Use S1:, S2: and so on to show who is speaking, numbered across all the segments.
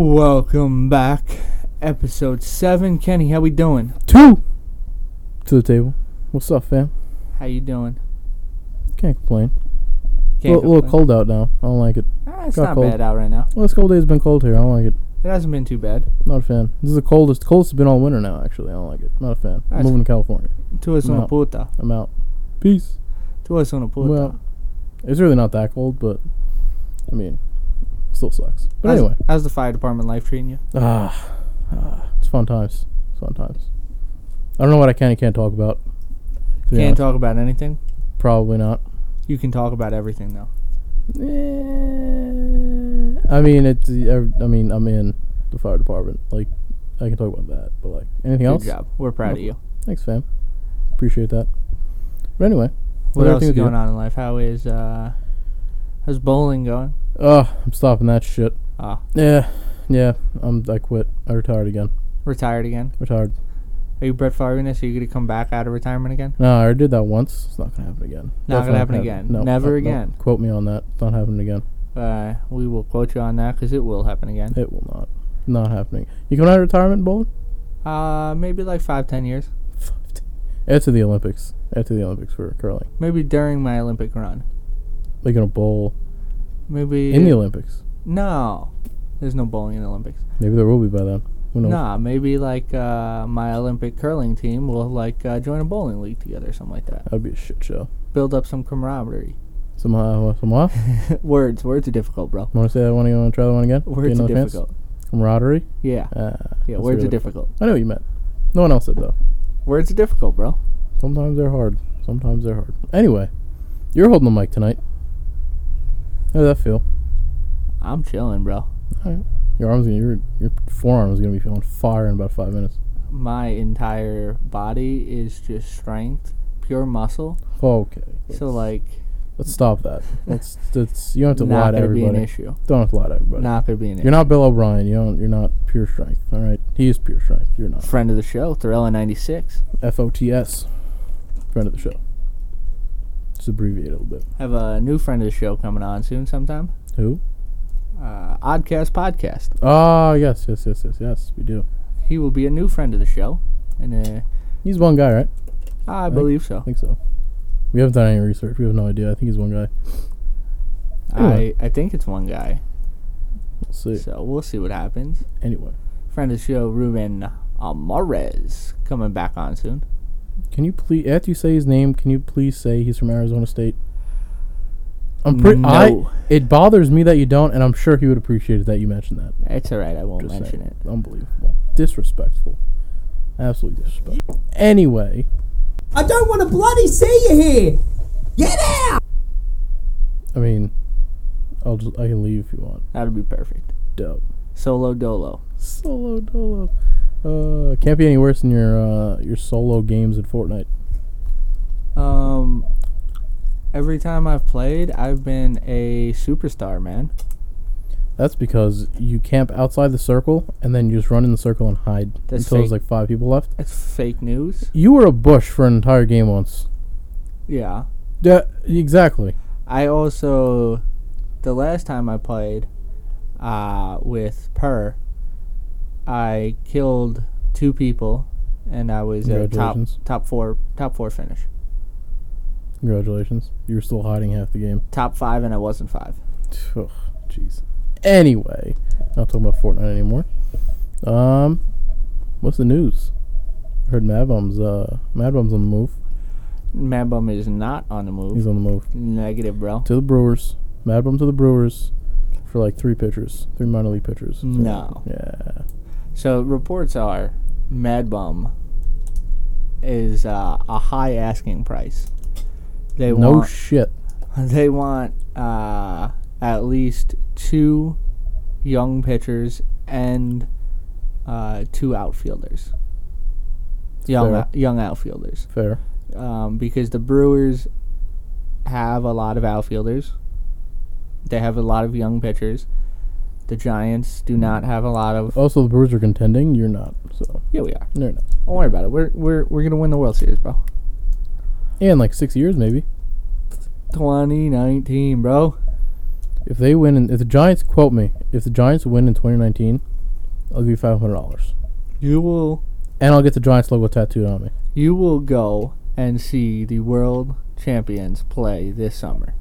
S1: Welcome back, episode seven. Kenny, how we doing?
S2: Two to the table. What's up, fam?
S1: How you doing?
S2: Can't complain. A little, little
S1: complain.
S2: cold out now. I don't like it.
S1: Ah, it's
S2: got
S1: not
S2: cold.
S1: bad out right now.
S2: Well, this cold day has been cold here. I don't like it.
S1: It hasn't been too bad.
S2: Not a fan. This is the coldest. Coldest it's been all winter now. Actually, I don't like it. Not a fan.
S1: Nice.
S2: I'm moving to California.
S1: Tu es una
S2: No.
S1: puta.
S2: I'm out. Peace.
S1: Tu es una puta.
S2: Well, It's really not that cold, but I mean, still sucks. But
S1: how's,
S2: anyway,
S1: how's the fire department life treating you?
S2: ah, ah, it's fun times. It's fun times. I don't know what I can and can't talk about. to be
S1: Can't
S2: honest.
S1: talk about anything.
S2: Probably not.
S1: You can talk about everything though.
S2: Eh, I mean, it's. I, I mean, I'm in the fire department. Like, I can talk about that. But like, anything else?
S1: Good job. We're proud of you.
S2: Thanks, fam. Appreciate that. But anyway,
S1: What else is
S2: everything
S1: going
S2: with
S1: on in life? How is uh, how's bowling going?
S2: you? Ugh, I'm stopping that shit.
S1: Ah,
S2: Yeah, yeah. I'm. I quit. I retired again.
S1: retired again.
S2: Retired.
S1: Are you Brett Favre? in this? Are you gonna come back out of retirement again?
S2: No, I already did that once. It's not gonna happen again.
S1: Not
S2: That's
S1: gonna happen again.
S2: No,
S1: Never
S2: no, no.
S1: again.
S2: Quote me on that. Not happening again.
S1: Uh, we will quote you on that because it will happen again.
S2: It will not. Not happening. You coming out of retirement, Bowler?
S1: Uh, maybe like five, ten years.
S2: After the Olympics. After the Olympics for curling.
S1: Maybe during my Olympic run.
S2: Like in a bowl
S1: Maybe
S2: in the Olympics.
S1: no, there's no bowling in the Olympics.
S2: Maybe there will be by then. Who knows?
S1: Nah, maybe like uh, my Olympic curling team will like uh, join a bowling league together, or something like that.
S2: That'd be a shit show.
S1: Build up some camaraderie.
S2: Somehow, uh, somehow.
S1: words, words are difficult, bro.
S2: Want to say that one again? Want to try that one again?
S1: Words are
S2: Get another chance?
S1: difficult.
S2: Camaraderie.
S1: Yeah,
S2: Uh,
S1: yeah.
S2: that's
S1: Words
S2: really-
S1: are difficult.
S2: I know what you meant. No one else did though.
S1: Words are difficult, bro.
S2: Sometimes they're hard. Sometimes they're hard. Anyway, you're holding the mic tonight. How does that feel?
S1: I'm chilling, bro.
S2: Your arms, gonna, your your forearm is gonna be feeling fire in about five minutes.
S1: My entire body is just strength, pure muscle.
S2: Okay.
S1: So like,
S2: let's stop that. Let's. That's you don't have to lie
S1: not
S2: to
S1: gonna be an
S2: everybody.
S1: issue.
S2: Don't have to lie to everybody.
S1: Not gonna be an issue.
S2: You're not Bill O'Brien. You don't. You're not pure strength. All right. He is pure strength. You're not.
S1: friend of the show, Thrilla ninety six.
S2: F O T S. Friend of the show. Just abbreviate it a little bit.
S1: Have a new friend of the show coming on soon sometime.
S2: Who?
S1: Uh, Oddcast Podcast.
S2: Ah, yes, yes, yes, yes, yes. We do.
S1: He will be a new friend of the show, and
S2: He's one guy, right?
S1: uh, I
S2: think-
S1: believe so.
S2: I think so. We haven't done any research. We have no idea. I think he's one guy.
S1: I,
S2: anyway.
S1: I think it's one guy.
S2: We'll see.
S1: So we'll see what happens.
S2: Anyway,
S1: Friend of the show, Ruben Amarez, coming back on soon.
S2: can you please after you say his name, can you please say he's from Arizona State? I'm pretty. I.
S1: No.
S2: It bothers me that you don't, and I'm sure he would appreciate it that you mentioned that.
S1: It's all right. I won't
S2: Just
S1: mention
S2: saying.
S1: it.
S2: Unbelievable. Disrespectful. Absolutely disrespectful. Anyway,
S3: I don't want to bloody see you here. Get out!
S2: I mean, I'll just I can leave if you want.
S1: That'll be perfect.
S2: Dope.
S1: Solo dolo.
S2: Solo dolo. Uh, can't be any worse than your uh, your solo games in Fortnite.
S1: Um, every time I've played, I've been a superstar, man.
S2: That's because you camp outside the circle and then you just run in the circle and hide
S1: That's
S2: until there's
S1: fake.
S2: like five people left.
S1: That's fake news.
S2: You were a bush for an entire game once.
S1: Yeah.
S2: Yeah, exactly.
S1: I also, the last time I played uh, with Per, I killed two people, and I was a top
S2: Congratulations.
S1: top four top four finish,
S2: Congratulations. You were still hiding half the game.
S1: top five, and I wasn't five.
S2: Ugh, Jeez. Anyway, not talking about Fortnite anymore. Um, what's the news? I heard Mad Bum's uh Mad Bum's on the move.
S1: Mad Bum is not on the move.
S2: He's on the move
S1: Negative, bro.
S2: to the Brewers. Mad Bum to the Brewers for like three pitchers, three minor league pitchers.
S1: No.
S2: Yeah.
S1: So reports are Mad Bum is uh, a high asking price. They
S2: No
S1: want
S2: shit.
S1: They want uh, at least two young pitchers and uh, two outfielders. Young,
S2: Fair.
S1: young outfielders.
S2: Fair.
S1: Um, because the Brewers have a lot of outfielders, they have a lot of young pitchers. The Giants do not have a lot of.
S2: Also, the Brewers are contending. You're not. So
S1: Yeah, we are.
S2: they're not.
S1: Don't worry about it. We're, we're, we're going to win the World Series, bro.
S2: And like six years, maybe.
S1: 2019, bro.
S2: If they win, in, if the Giants quote me, if the Giants win in 2019, I'll give you five hundred dollars,
S1: You will
S2: and I'll get the Giants logo tattooed on me.
S1: you will go and see the world champions play this summer.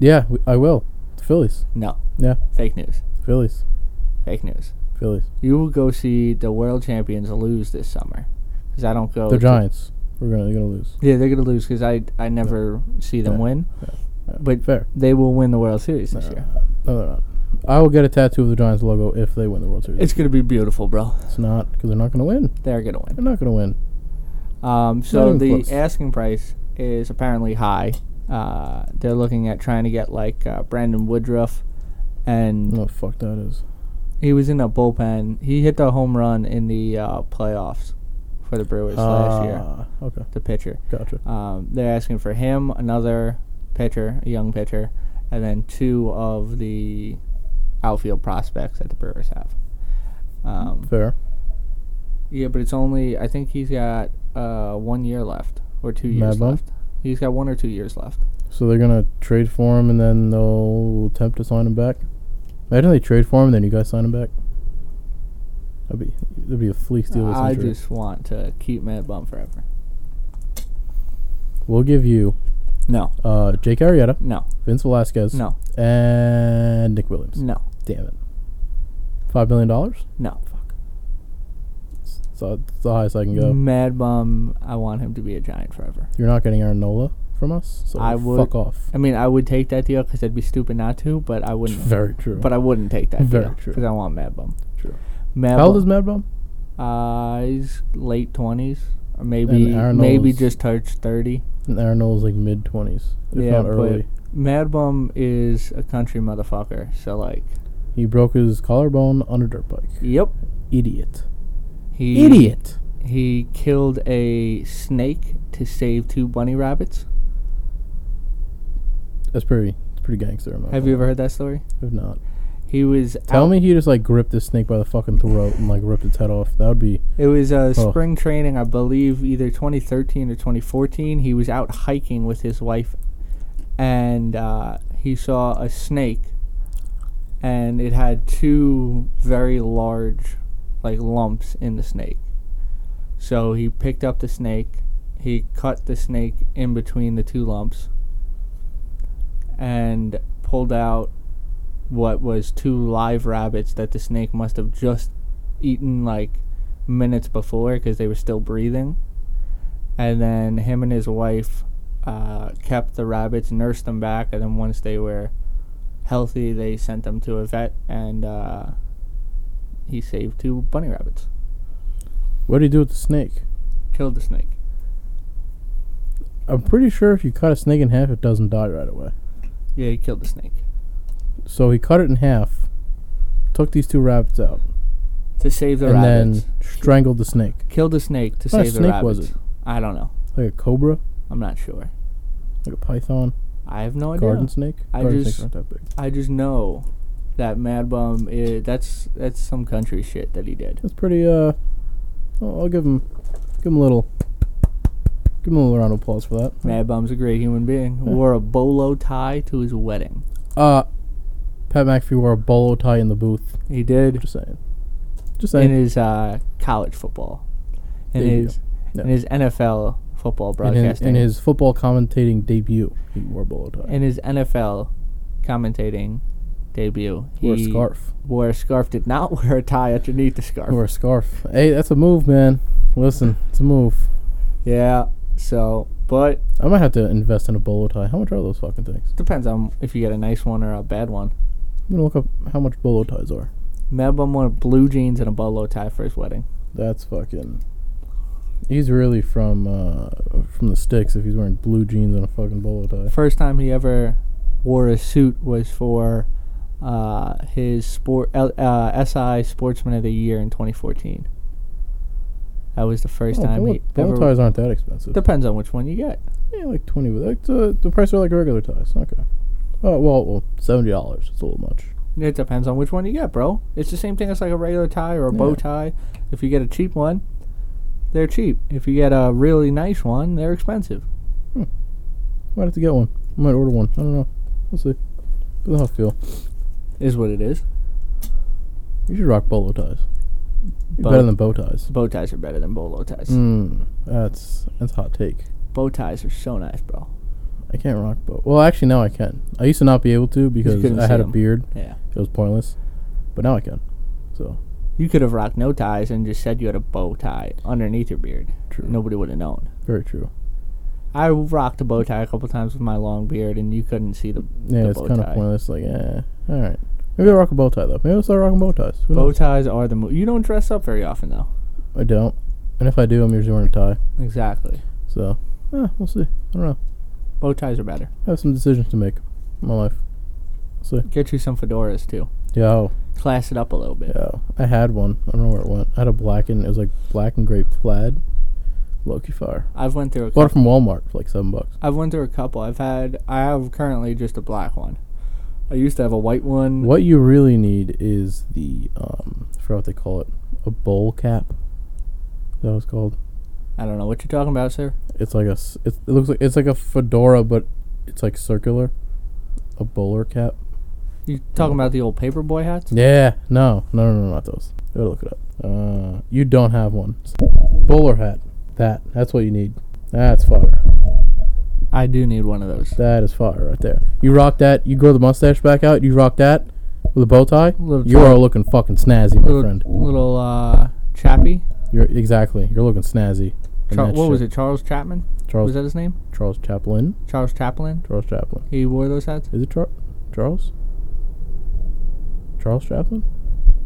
S2: Yeah, w- I will. The Phillies.
S1: No.
S2: Yeah.
S1: Fake news.
S2: Phillies.
S1: Fake news.
S2: Phillies.
S1: You will go see the world champions lose this summer. Because I don't go.
S2: The
S1: to-
S2: Giants. We're gonna they're gonna lose.
S1: Yeah, they're gonna lose because I I never see them
S2: Yeah.
S1: win.
S2: Yeah.
S1: But-
S2: fair.
S1: They will win the World Series this year.
S2: No, they're not. I will get a tattoo of the Giants logo if they win the World Series.
S1: It's gonna be beautiful, bro.
S2: It's not because they're not gonna win.
S1: They're gonna win.
S2: They're not gonna win.
S1: Um, so
S2: even
S1: the
S2: close.
S1: asking price is apparently high. Uh, they're looking at trying to get like uh, Brandon Woodruff, and
S2: No, fuck that is.
S1: he was in a bullpen. He hit the home run in the uh, playoffs for the Brewers last year.
S2: Ah, Okay,
S1: The pitcher.
S2: gotcha.
S1: Um, they're asking for him, another pitcher, a young pitcher, and then two of the outfield prospects that the Brewers have. Um,
S2: Fair.
S1: yeah, but it's only I think he's got uh, one year left or two years
S2: Mad Bum?
S1: left. He's got one or two years left.
S2: So they're gonna trade for him and then they'll attempt to sign him back. Imagine they trade for him and then you guys sign him back. That'd be that'd be a fleece deal. of the
S1: I
S2: century.
S1: just want to keep Mad Bum forever.
S2: We'll give you
S1: No,
S2: uh, Jake Arrieta,
S1: no,
S2: Vince Velasquez,
S1: no,
S2: and Nick Williams.
S1: no,
S2: Damn it. Five million dollars.
S1: no.
S2: So that's the highest I can go.
S1: Mad Bum, I want him to be a Giant forever.
S2: You're not getting Aaron Nola from us, so
S1: I would-
S2: fuck off.
S1: I mean, I would take that deal because I'd be stupid not to, but I wouldn't.
S2: Very true.
S1: But I wouldn't take that
S2: Very
S1: deal
S2: true.
S1: because I want Mad Bum.
S2: True.
S1: Mad
S2: How old
S1: Bum-
S2: is Mad Bum?
S1: Uh, he's late twenties, or maybe
S2: Aaron
S1: maybe
S2: Nola's-
S1: just touched thirty.
S2: And Aaron Nola's like mid twenties, if
S1: Yeah,
S2: not
S1: but-
S2: early.
S1: Mad Bum is a country motherfucker, so like,
S2: He broke his collarbone on a dirt bike.
S1: yep,
S2: Idiot.
S1: he
S2: Idiot.
S1: He killed a snake to save two bunny rabbits.
S2: That's pretty. It's pretty gangster. I'm not
S1: Have you ever
S2: gonna
S1: heard that story?
S2: lie. If not,
S1: He was
S2: Uh-huh. tell
S1: out-
S2: me he just like gripped this snake by the fucking throat and like ripped its head off. That would be
S1: It was uh, spring training, I believe, either 2013 or 2014. He was out hiking with his wife, and uh, he saw a snake, and it had two very large, like lumps in the snake. So he picked up the snake, he cut the snake in between the two lumps, and pulled out what was two live rabbits that the snake must have just eaten like minutes before because they were still breathing. And then him and his wife uh, kept the rabbits, nursed them back, and then once they were healthy, they sent them to a vet, and uh, he saved two bunny rabbits,
S2: what do you do with the snake?
S1: killed the snake.
S2: I'm pretty sure if you cut a snake in half, it doesn't die right away.
S1: Yeah, he killed the snake.
S2: So he cut it in half, took these two rabbits out,
S1: To save the
S2: and
S1: rabbits.
S2: then strangled the snake.
S1: killed the snake to
S2: What kind
S1: save
S2: of
S1: the
S2: snake
S1: rabbits.
S2: was it?
S1: I don't know.
S2: Like a cobra,
S1: I'm not sure.
S2: like a python,
S1: I have no idea.
S2: garden snake.
S1: Oh, I
S2: garden
S1: just-
S2: snakes aren't that big.
S1: I just know that Mad Bum is that's that's some country shit that he did.
S2: That's pretty. Uh, I'll, I'll give him, give him a little, give him a little round of applause for that.
S1: Mad Bum's a great human being. Wore a bolo tie to his wedding.
S2: Uh, Pat McAfee wore a bolo tie in the booth.
S1: He did
S2: Just saying. Just
S1: in
S2: saying.
S1: his uh, college football, in
S2: Debut.
S1: his
S2: Yeah.
S1: in his NFL football
S2: in, his,
S1: broadcasting,
S2: in his football commentating debut, he wore a bolo tie.
S1: in his NFL commentating debut.
S2: wore a
S1: he
S2: scarf.
S1: Wore a scarf. Did not wear a tie underneath the scarf.
S2: Wore a scarf. Hey, that's a move, man. Listen, it's a move.
S1: Yeah. So, but
S2: I might have to invest in a bolo tie. How much are those fucking things?
S1: depends on if you get a nice one or a bad one.
S2: I'm gonna look up how much bolo ties are.
S1: Mad Bum wore blue jeans and a bolo tie for his wedding.
S2: That's fucking. He's really from uh, from the sticks if he's wearing blue jeans and a fucking bolo tie.
S1: first time he ever wore a suit was for uh, his sport L- uh, SI Sportsman of the Year in 2014. That was the first
S2: Oh,
S1: time
S2: bolo,
S1: he
S2: bolo
S1: ever.
S2: ties aren't that expensive.
S1: Depends on which one you get.
S2: yeah, like twenty. with- Like the, the price are like regular ties. Okay. Oh well, well seventy dollars. It's a little much.
S1: It depends on which one you get, bro. It's the same thing as like a regular tie or a bow
S2: Yeah.
S1: tie. If you get a cheap one, they're cheap. If you get a really nice one, they're expensive.
S2: Might have to get one. I might order one. I don't know. We'll see. That's how I feel.
S1: Is what it is.
S2: You should rock bolo ties. You're
S1: Bo-
S2: better than bow ties.
S1: Bow ties are better than bolo ties.
S2: Mm, that's that's a hot take.
S1: Bow ties are so nice, bro.
S2: I can't rock bow. Well, actually, now I can. I used to not be able to because
S1: couldn't
S2: I had
S1: see
S2: a
S1: 'em.
S2: beard.
S1: Yeah.
S2: It was pointless. But now I can. So
S1: You could have rocked no ties and just said you had a bow tie underneath your beard.
S2: True.
S1: Nobody would have known.
S2: very true.
S1: I rocked a bow tie a couple times with my long beard, and you couldn't see the,
S2: Yeah,
S1: the
S2: it's
S1: bow
S2: kind of
S1: tie.
S2: pointless. Like, eh. All right. Maybe I'll rock a bow tie though. Maybe I'll start rocking bow ties. Who
S1: Bow
S2: knows?
S1: ties are the move. You don't dress up very often, though.
S2: I don't. And if I do, I'm usually wearing a tie.
S1: Exactly.
S2: So, eh, we'll see. I don't know.
S1: Bow ties are better.
S2: I have some decisions to make in my life. We'll see.
S1: Get you some fedoras too.
S2: Yo,
S1: Class it up a little bit.
S2: yeah. I had one. I don't know where it went. I had a black and it was like black and gray plaid. Loki fire.
S1: I've went through a
S2: Bought it
S1: couple.
S2: from Walmart for like seven bucks.
S1: I've went through a couple. I've had. I have currently just a black one. I used to have a white one.
S2: What you really need is the um, I forgot what they call it, a bowl cap. Is That was called.
S1: I don't know what you're talking about, sir.
S2: It's like a. s- It's, it looks like it's like a fedora, but it's like circular, a bowler cap.
S1: You talking about the old paperboy hats?
S2: Yeah. No. No. No. no not those. Go look it up. Uh, you don't have one. Bowler hat. That. That's what you need. That's fire.
S1: I do need one of those.
S2: That is fire right there. You rock that. You grow the mustache back out. You rock that with a bow tie.
S1: Little
S2: you are looking fucking snazzy, my
S1: Little,
S2: friend.
S1: little uh, Chappie.
S2: You're exactly. You're looking snazzy. in
S1: Char-
S2: that
S1: what was
S2: shit.
S1: it? Charles Chapman.
S2: Charles
S1: Was that his name?
S2: Charles Chaplin.
S1: Charles Chaplin.
S2: Charles Chaplin.
S1: He wore those hats.
S2: Is it Char- Charles? Charles Chaplin?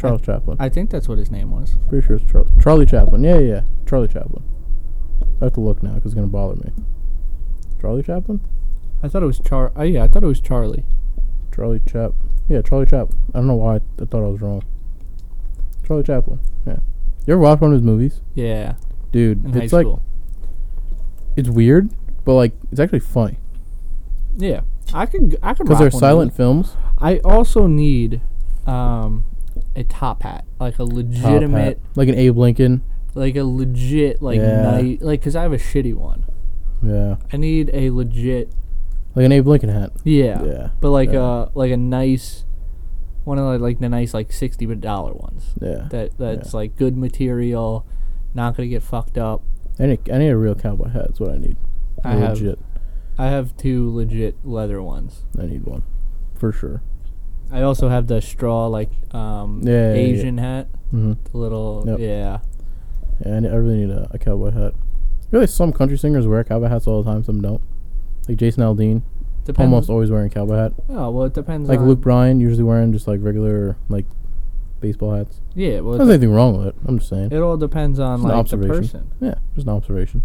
S2: Charles Chaplin.
S1: I think that's what his name was.
S2: Pretty sure it's Charlie. Charlie Chaplin. Yeah, yeah, yeah. Charlie Chaplin. I have to look now because it's gonna bother me. Charlie Chaplin.
S1: I thought it was Char. Oh yeah, I thought it was Charlie.
S2: Charlie Chap. Yeah, Charlie Chaplin. I don't know why I, I thought I was wrong. Charlie Chaplin. Yeah. You ever watch one of his movies,
S1: Yeah,
S2: dude?
S1: in
S2: it's
S1: high
S2: like
S1: school.
S2: it's weird, but like it's actually funny
S1: Yeah, I could. I could. rock
S2: because they're
S1: one of
S2: silent
S1: those.
S2: films.
S1: I also need um, a top hat, like a
S2: Top hat.
S1: legitimate,
S2: like an Abe Lincoln.
S1: like a legit, like
S2: Yeah.
S1: night, like because I have a shitty one.
S2: Yeah,
S1: I need a legit,
S2: like an Abe Lincoln hat.
S1: yeah,
S2: Yeah,
S1: but like
S2: yeah.
S1: a like a nice one of the, like the nice like sixty dollar ones
S2: Yeah.
S1: that that's like good material, not gonna get fucked up.
S2: I need, I need a real cowboy hat. That's what I need.
S1: I have-
S2: Legit.
S1: I have two legit leather ones.
S2: I need one, for sure.
S1: I also have the straw like um
S2: Yeah, yeah, yeah.
S1: Asian hat,
S2: hmm
S1: the little
S2: Yep.
S1: yeah.
S2: Yeah, I, ne- I really need a, a cowboy hat. Really, some country singers wear cowboy hats all the time. Some don't. Like Jason Aldean,
S1: Depends.
S2: almost always wearing a cowboy hat.
S1: Oh well, it depends.
S2: Like
S1: on,
S2: Luke Bryan, usually wearing just like regular like baseball hats.
S1: Yeah, well,
S2: There's nothing wrong with it. I'm just saying.
S1: It all depends on
S2: It's an
S1: like the
S2: observation.
S1: person.
S2: Yeah, just an observation.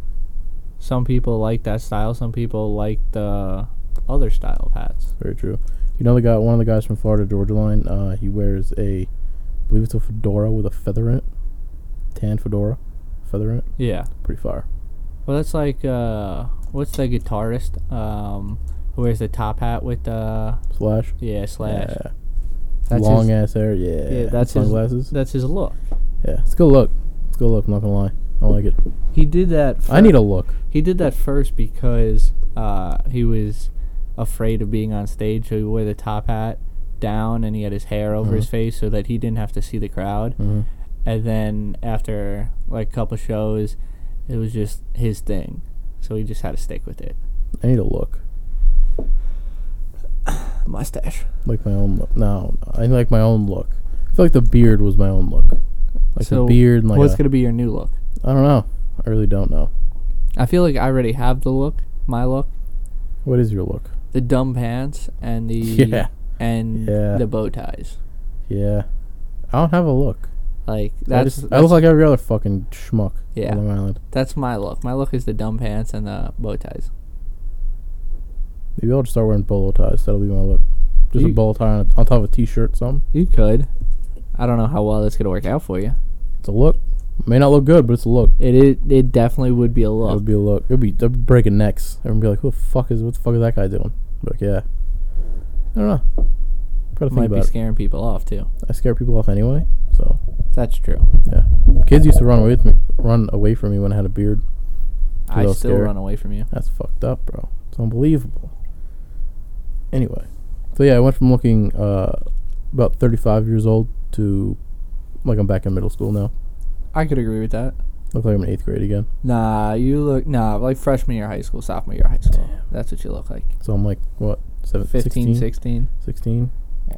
S1: Some people like that style. Some people like the other style of hats.
S2: Very true. You know the guy, one of the guys from Florida Georgia Line. Uh, he wears a, I believe it's a fedora with a feather in it, tan fedora, feather in it.
S1: Yeah.
S2: Pretty fire.
S1: Well, that's like uh, what's the guitarist um, who wears the top hat with the
S2: Slash.
S1: yeah slash.
S2: Yeah.
S1: That's
S2: Long
S1: his,
S2: ass hair. Yeah.
S1: Yeah, that's his-
S2: sunglasses.
S1: That's his look.
S2: yeah, it's a good look. It's a good look. I'm not gonna lie. I like it.
S1: He did that.
S2: I need a look.
S1: He did that first because uh, he was afraid of being on stage, so he wore the top hat down and he had his hair over
S2: Uh-huh.
S1: his face so that he didn't have to see the crowd.
S2: Mhm.
S1: And then after like a couple shows, it was just his thing, so he just had to stick with it.
S2: I need a look.
S1: Mustache.
S2: Like my own look. No, I like my own look. I feel like the beard was my own look. Like
S1: so
S2: the beard and like
S1: what's
S2: a-
S1: gonna be your new look?
S2: I don't know. I really don't know.
S1: I feel like I already have the look, my look,
S2: What is your look?
S1: the dumb pants and the
S2: Yeah.
S1: and
S2: Yeah.
S1: the bow ties.
S2: Yeah. I don't have a look.
S1: Like
S2: I,
S1: that's
S2: just, I
S1: that's,
S2: look like every other fucking schmuck
S1: Yeah.
S2: on Long Island.
S1: that's my look. My look is the dumb pants and the bow ties.
S2: Maybe I'll just start wearing bolo ties. That'll be my look. Just a
S1: You-
S2: bolo tie on, on top of a t-shirt. Something.
S1: You could. I don't know how well that's gonna work out for you.
S2: It's a look. May not look good, but it's a look.
S1: It it, it definitely would be a
S2: It
S1: look.
S2: would be a look. It would be, it'd be breaking necks. Everyone would be like, "Who the fuck is? What the fuck is that guy doing?" Be like, yeah. I don't know. Gotta think
S1: Might be
S2: about it.
S1: scaring people off too.
S2: I scare people off anyway, so
S1: That's true.
S2: yeah. Kids used to run away with me, run away from me when I had a beard.
S1: I
S2: little
S1: still
S2: scary.
S1: run away from you.
S2: That's fucked up, bro. It's unbelievable. Anyway, So yeah, I went from looking uh, about 35 years old to like I'm back in middle school now.
S1: I could agree with that.
S2: Look like I'm in eighth grade again.
S1: Nah, you look nah like freshman year of high school, sophomore year of high school. That's what you look like.
S2: So I'm like what seven,
S1: 15,
S2: 16?
S1: 16.
S2: 16?
S1: Yeah.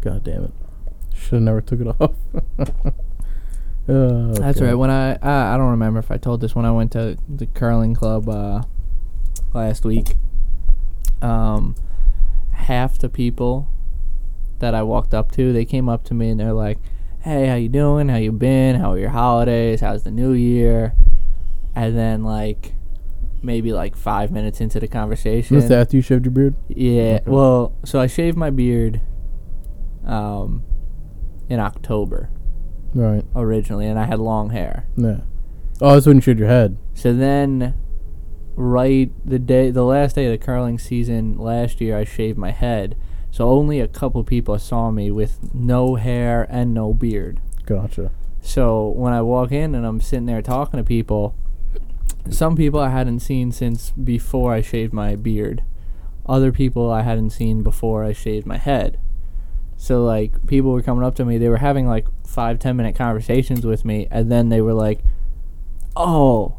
S2: God damn it. Should have never took it off. Oh,
S1: That's
S2: God.
S1: right. When I uh, I don't remember if I told this when I went to the curling club uh, last week. Um, half the people that I walked up to, they came up to me and they're like, "Hey, how you doing? How you been? How were your holidays? How's the new year?" And then like maybe like five minutes into the conversation,
S2: Was that after you shaved your beard?
S1: yeah.
S2: Okay.
S1: Well, so I shaved my beard um, in October
S2: Right.
S1: originally, and I had long hair.
S2: Yeah. Oh, that's when you shaved your head.
S1: So then, right the day, the last day of the curling season last year, I shaved my head. So only a couple people saw me with no hair and no beard.
S2: Gotcha.
S1: So when I walk in and I'm sitting there talking to people, some people I hadn't seen since before I shaved my beard. Other people I hadn't seen before I shaved my head. So like people were coming up to me, they were having like five, ten minute conversations with me, and then they were like, Oh,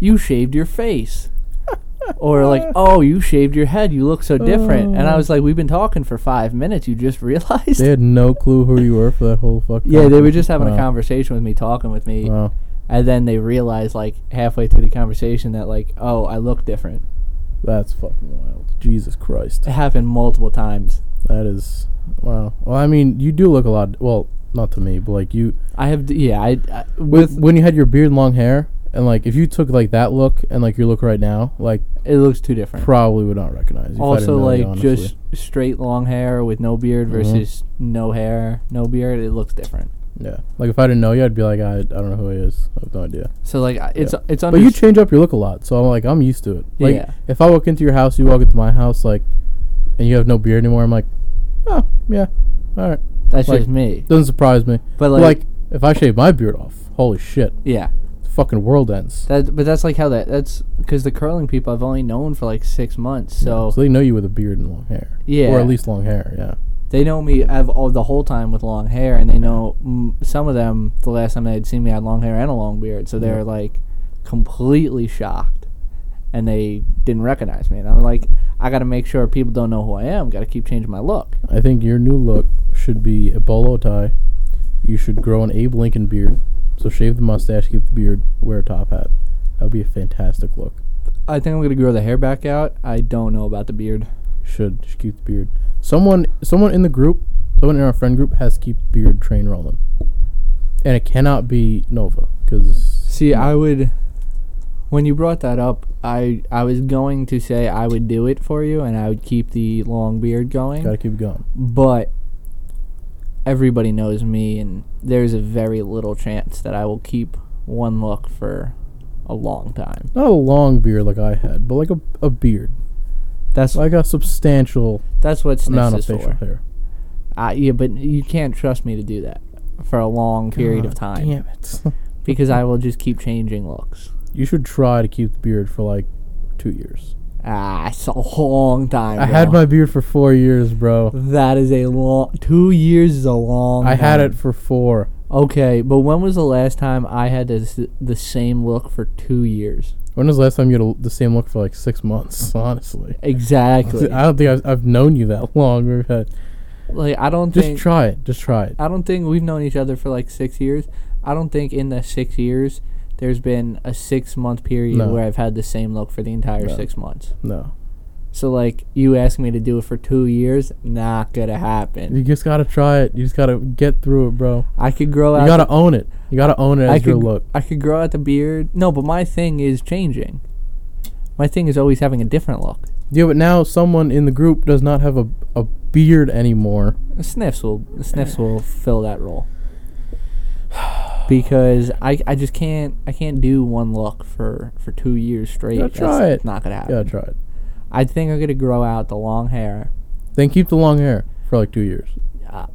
S1: you shaved your face Or like, Oh, you shaved your head, you look so different and I was like, We've been talking for five minutes, you just realized
S2: Uh. They had no clue who you were for that whole fucking.
S1: yeah, they were just having a
S2: Wow.
S1: conversation with me, talking with me,
S2: Wow.
S1: and then they realized like halfway through the conversation that like, oh, I look different.
S2: That's fucking wild. Jesus Christ.
S1: It happened multiple times.
S2: That is. Wow. Well, I mean, you do look a lot. Well, not to me, but like you.
S1: I have, d- yeah, I, I
S2: With
S1: with
S2: when you had your beard and long hair, and like if you took like that look and like your look right now, like
S1: it looks too different.
S2: probably would not recognize you. if I
S1: also,
S2: didn't know you,
S1: like
S2: honestly. Mm-hmm.
S1: just straight long hair with no beard versus no hair, no beard, it looks different.
S2: Yeah. Like if I didn't know you, I'd be like, I, I don't know who he is. I have no idea.
S1: So like, I- it's it's under.
S2: But you change up your look a lot, so I'm like, I'm used to it. Like
S1: Yeah.
S2: if I walk into your house, you walk into my house, like, and you have no beard anymore, I'm like, oh yeah, all right.
S1: that's
S2: like-
S1: just me.
S2: Doesn't surprise me.
S1: But
S2: But,
S1: like,
S2: like, if I shave my beard off, holy shit,
S1: yeah,
S2: the fucking world ends.
S1: that but that's like how that that's because the curling people I've only known for like six months, so
S2: So they know you with a beard and long hair.
S1: Yeah.
S2: Or at least long hair. Yeah.
S1: they know me I've all the whole time with long hair, and they know mm, some of them. The last time they had seen me, I had long hair and a long beard, so they're
S2: Yeah.
S1: like completely shocked, and they didn't recognize me. And I'm like, I got to make sure people don't know who I am. Got to keep changing my look.
S2: I think your new look should be a bolo tie. You should grow an Abe Lincoln beard. So shave the mustache, keep the beard, wear a top hat. That would be a fantastic look.
S1: I think I'm gonna grow the hair back out. I don't know about the beard.
S2: Should should keep the beard. Someone someone in the group, someone in our friend group has to keep the beard train rolling. And it cannot be Nova because
S1: See, I would. When you brought that up, I I was going to say I would do it for you, and I would keep the long beard going.
S2: gotta keep it going.
S1: but everybody knows me and there's a very little chance that I will keep one look for a long time.
S2: Not a long beard like I had, but like a, a beard,
S1: That's
S2: like a substantial
S1: that's what
S2: amount
S1: SNIFs
S2: of
S1: is
S2: facial
S1: for.
S2: hair.
S1: I, yeah, but you can't trust me to do that for a long period of
S2: God
S1: time
S2: Damn it!
S1: because I will just keep changing looks.
S2: you should try to keep the beard for like two years.
S1: Ah, it's a long time.
S2: I had
S1: bro.
S2: my beard for four years, bro.
S1: That is a long. Two years is a long.
S2: I had
S1: time.
S2: it for four.
S1: Okay, but when was the last time I had this, the same look for two years?
S2: When was the last time you had a, the same look for like six months? Honestly,
S1: Exactly.
S2: I don't think I've, I've known you that long. We've had-
S1: like I don't
S2: Just
S1: think.
S2: try it. Just try it.
S1: I don't think we've known each other for like six years. I don't think in the six years there's been a six month period
S2: No.
S1: where I've had the same look for the entire
S2: No.
S1: six months.
S2: No,
S1: So like you ask me to do it for two years, not gonna happen.
S2: you just gotta try it. You just gotta get through it, bro.
S1: I could grow
S2: You
S1: out.
S2: gotta own it. You gotta own it
S1: I
S2: as your
S1: could-
S2: look.
S1: I could grow out the beard. No, but my thing is changing. My thing is always having a different look.
S2: Yeah, but now someone in the group does not have a a beard anymore.
S1: Sniffs will sniffs will fill that role. Because I, I just can't I can't do one look for, for two years straight.
S2: Gotta
S1: That's
S2: try it.
S1: not gonna happen.
S2: Yeah, try it.
S1: I think I'm gonna grow out the long hair.
S2: Then keep the long hair for like two years. Uh,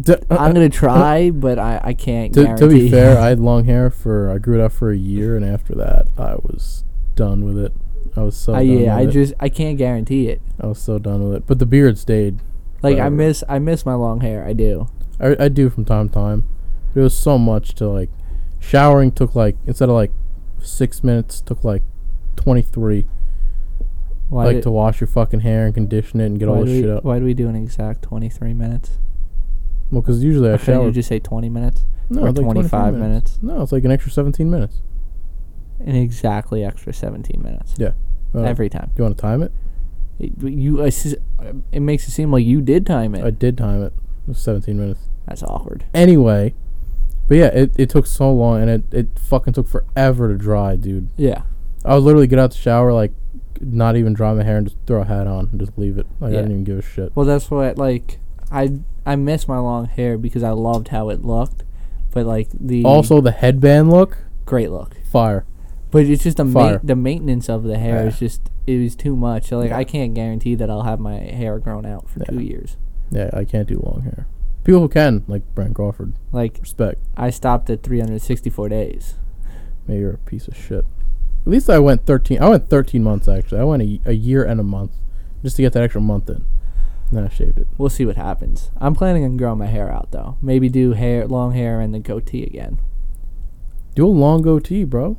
S2: D-
S1: I'm gonna try, but I, I can't
S2: uh, to, to
S1: guarantee.
S2: be fair, I had long hair for I grew it out for a year, and after that, I was done with it. I was so
S1: I,
S2: done
S1: yeah,
S2: with
S1: I
S2: it.
S1: just I can't guarantee it.
S2: I was so done with it. But the beard stayed.
S1: Like I
S2: Whatever.
S1: miss I miss my long hair. I do.
S2: I, I do from time to time. It was so much to like. Showering took like instead of like six minutes took like twenty three.
S1: Why
S2: Like
S1: did-
S2: to wash your fucking hair and condition it and get
S1: why
S2: all
S1: do
S2: this
S1: we,
S2: shit up. Well,
S1: Why do we do an exact twenty three minutes?
S2: 'cause usually I
S1: Or shouldn't
S2: shower.
S1: you just say twenty minutes?
S2: no,
S1: or
S2: it's like
S1: 25 minutes?
S2: No, it's like an extra seventeen minutes.
S1: An exactly extra seventeen minutes.
S2: Yeah. Uh,
S1: Every time.
S2: You want to time it?
S1: It, you assi- it makes it seem like you did time it.
S2: I did time it. It was seventeen minutes.
S1: That's awkward.
S2: Anyway, but yeah, it, it took so long and it, it fucking took forever to dry, dude.
S1: Yeah.
S2: I would literally get out the shower, like, not even dry my hair and just throw a hat on and just leave it. Like, I
S1: Yeah.
S2: didn't even give a shit.
S1: Well, that's what like I I miss my long hair because I loved how it looked, but like the
S2: Also, the headband look,
S1: great look.
S2: fire.
S1: But it's just the
S2: Fire.
S1: ma- the maintenance of the hair
S2: Yeah.
S1: is just it was too much. So, like
S2: Yeah.
S1: I can't guarantee that I'll have my hair grown out for
S2: Yeah.
S1: two years.
S2: Yeah, I can't do long hair. People who can, like Brent Crawford,
S1: Like
S2: respect.
S1: I stopped at 364 days.
S2: Maybe you're a piece of shit. At least I went 13. I went 13 months, actually. I went a, y- a year and a month just to get that extra month in. Then I shaved it.
S1: We'll see what happens. I'm planning on growing my hair out though. Maybe do hair long hair and the goatee again.
S2: Do a long goatee, bro.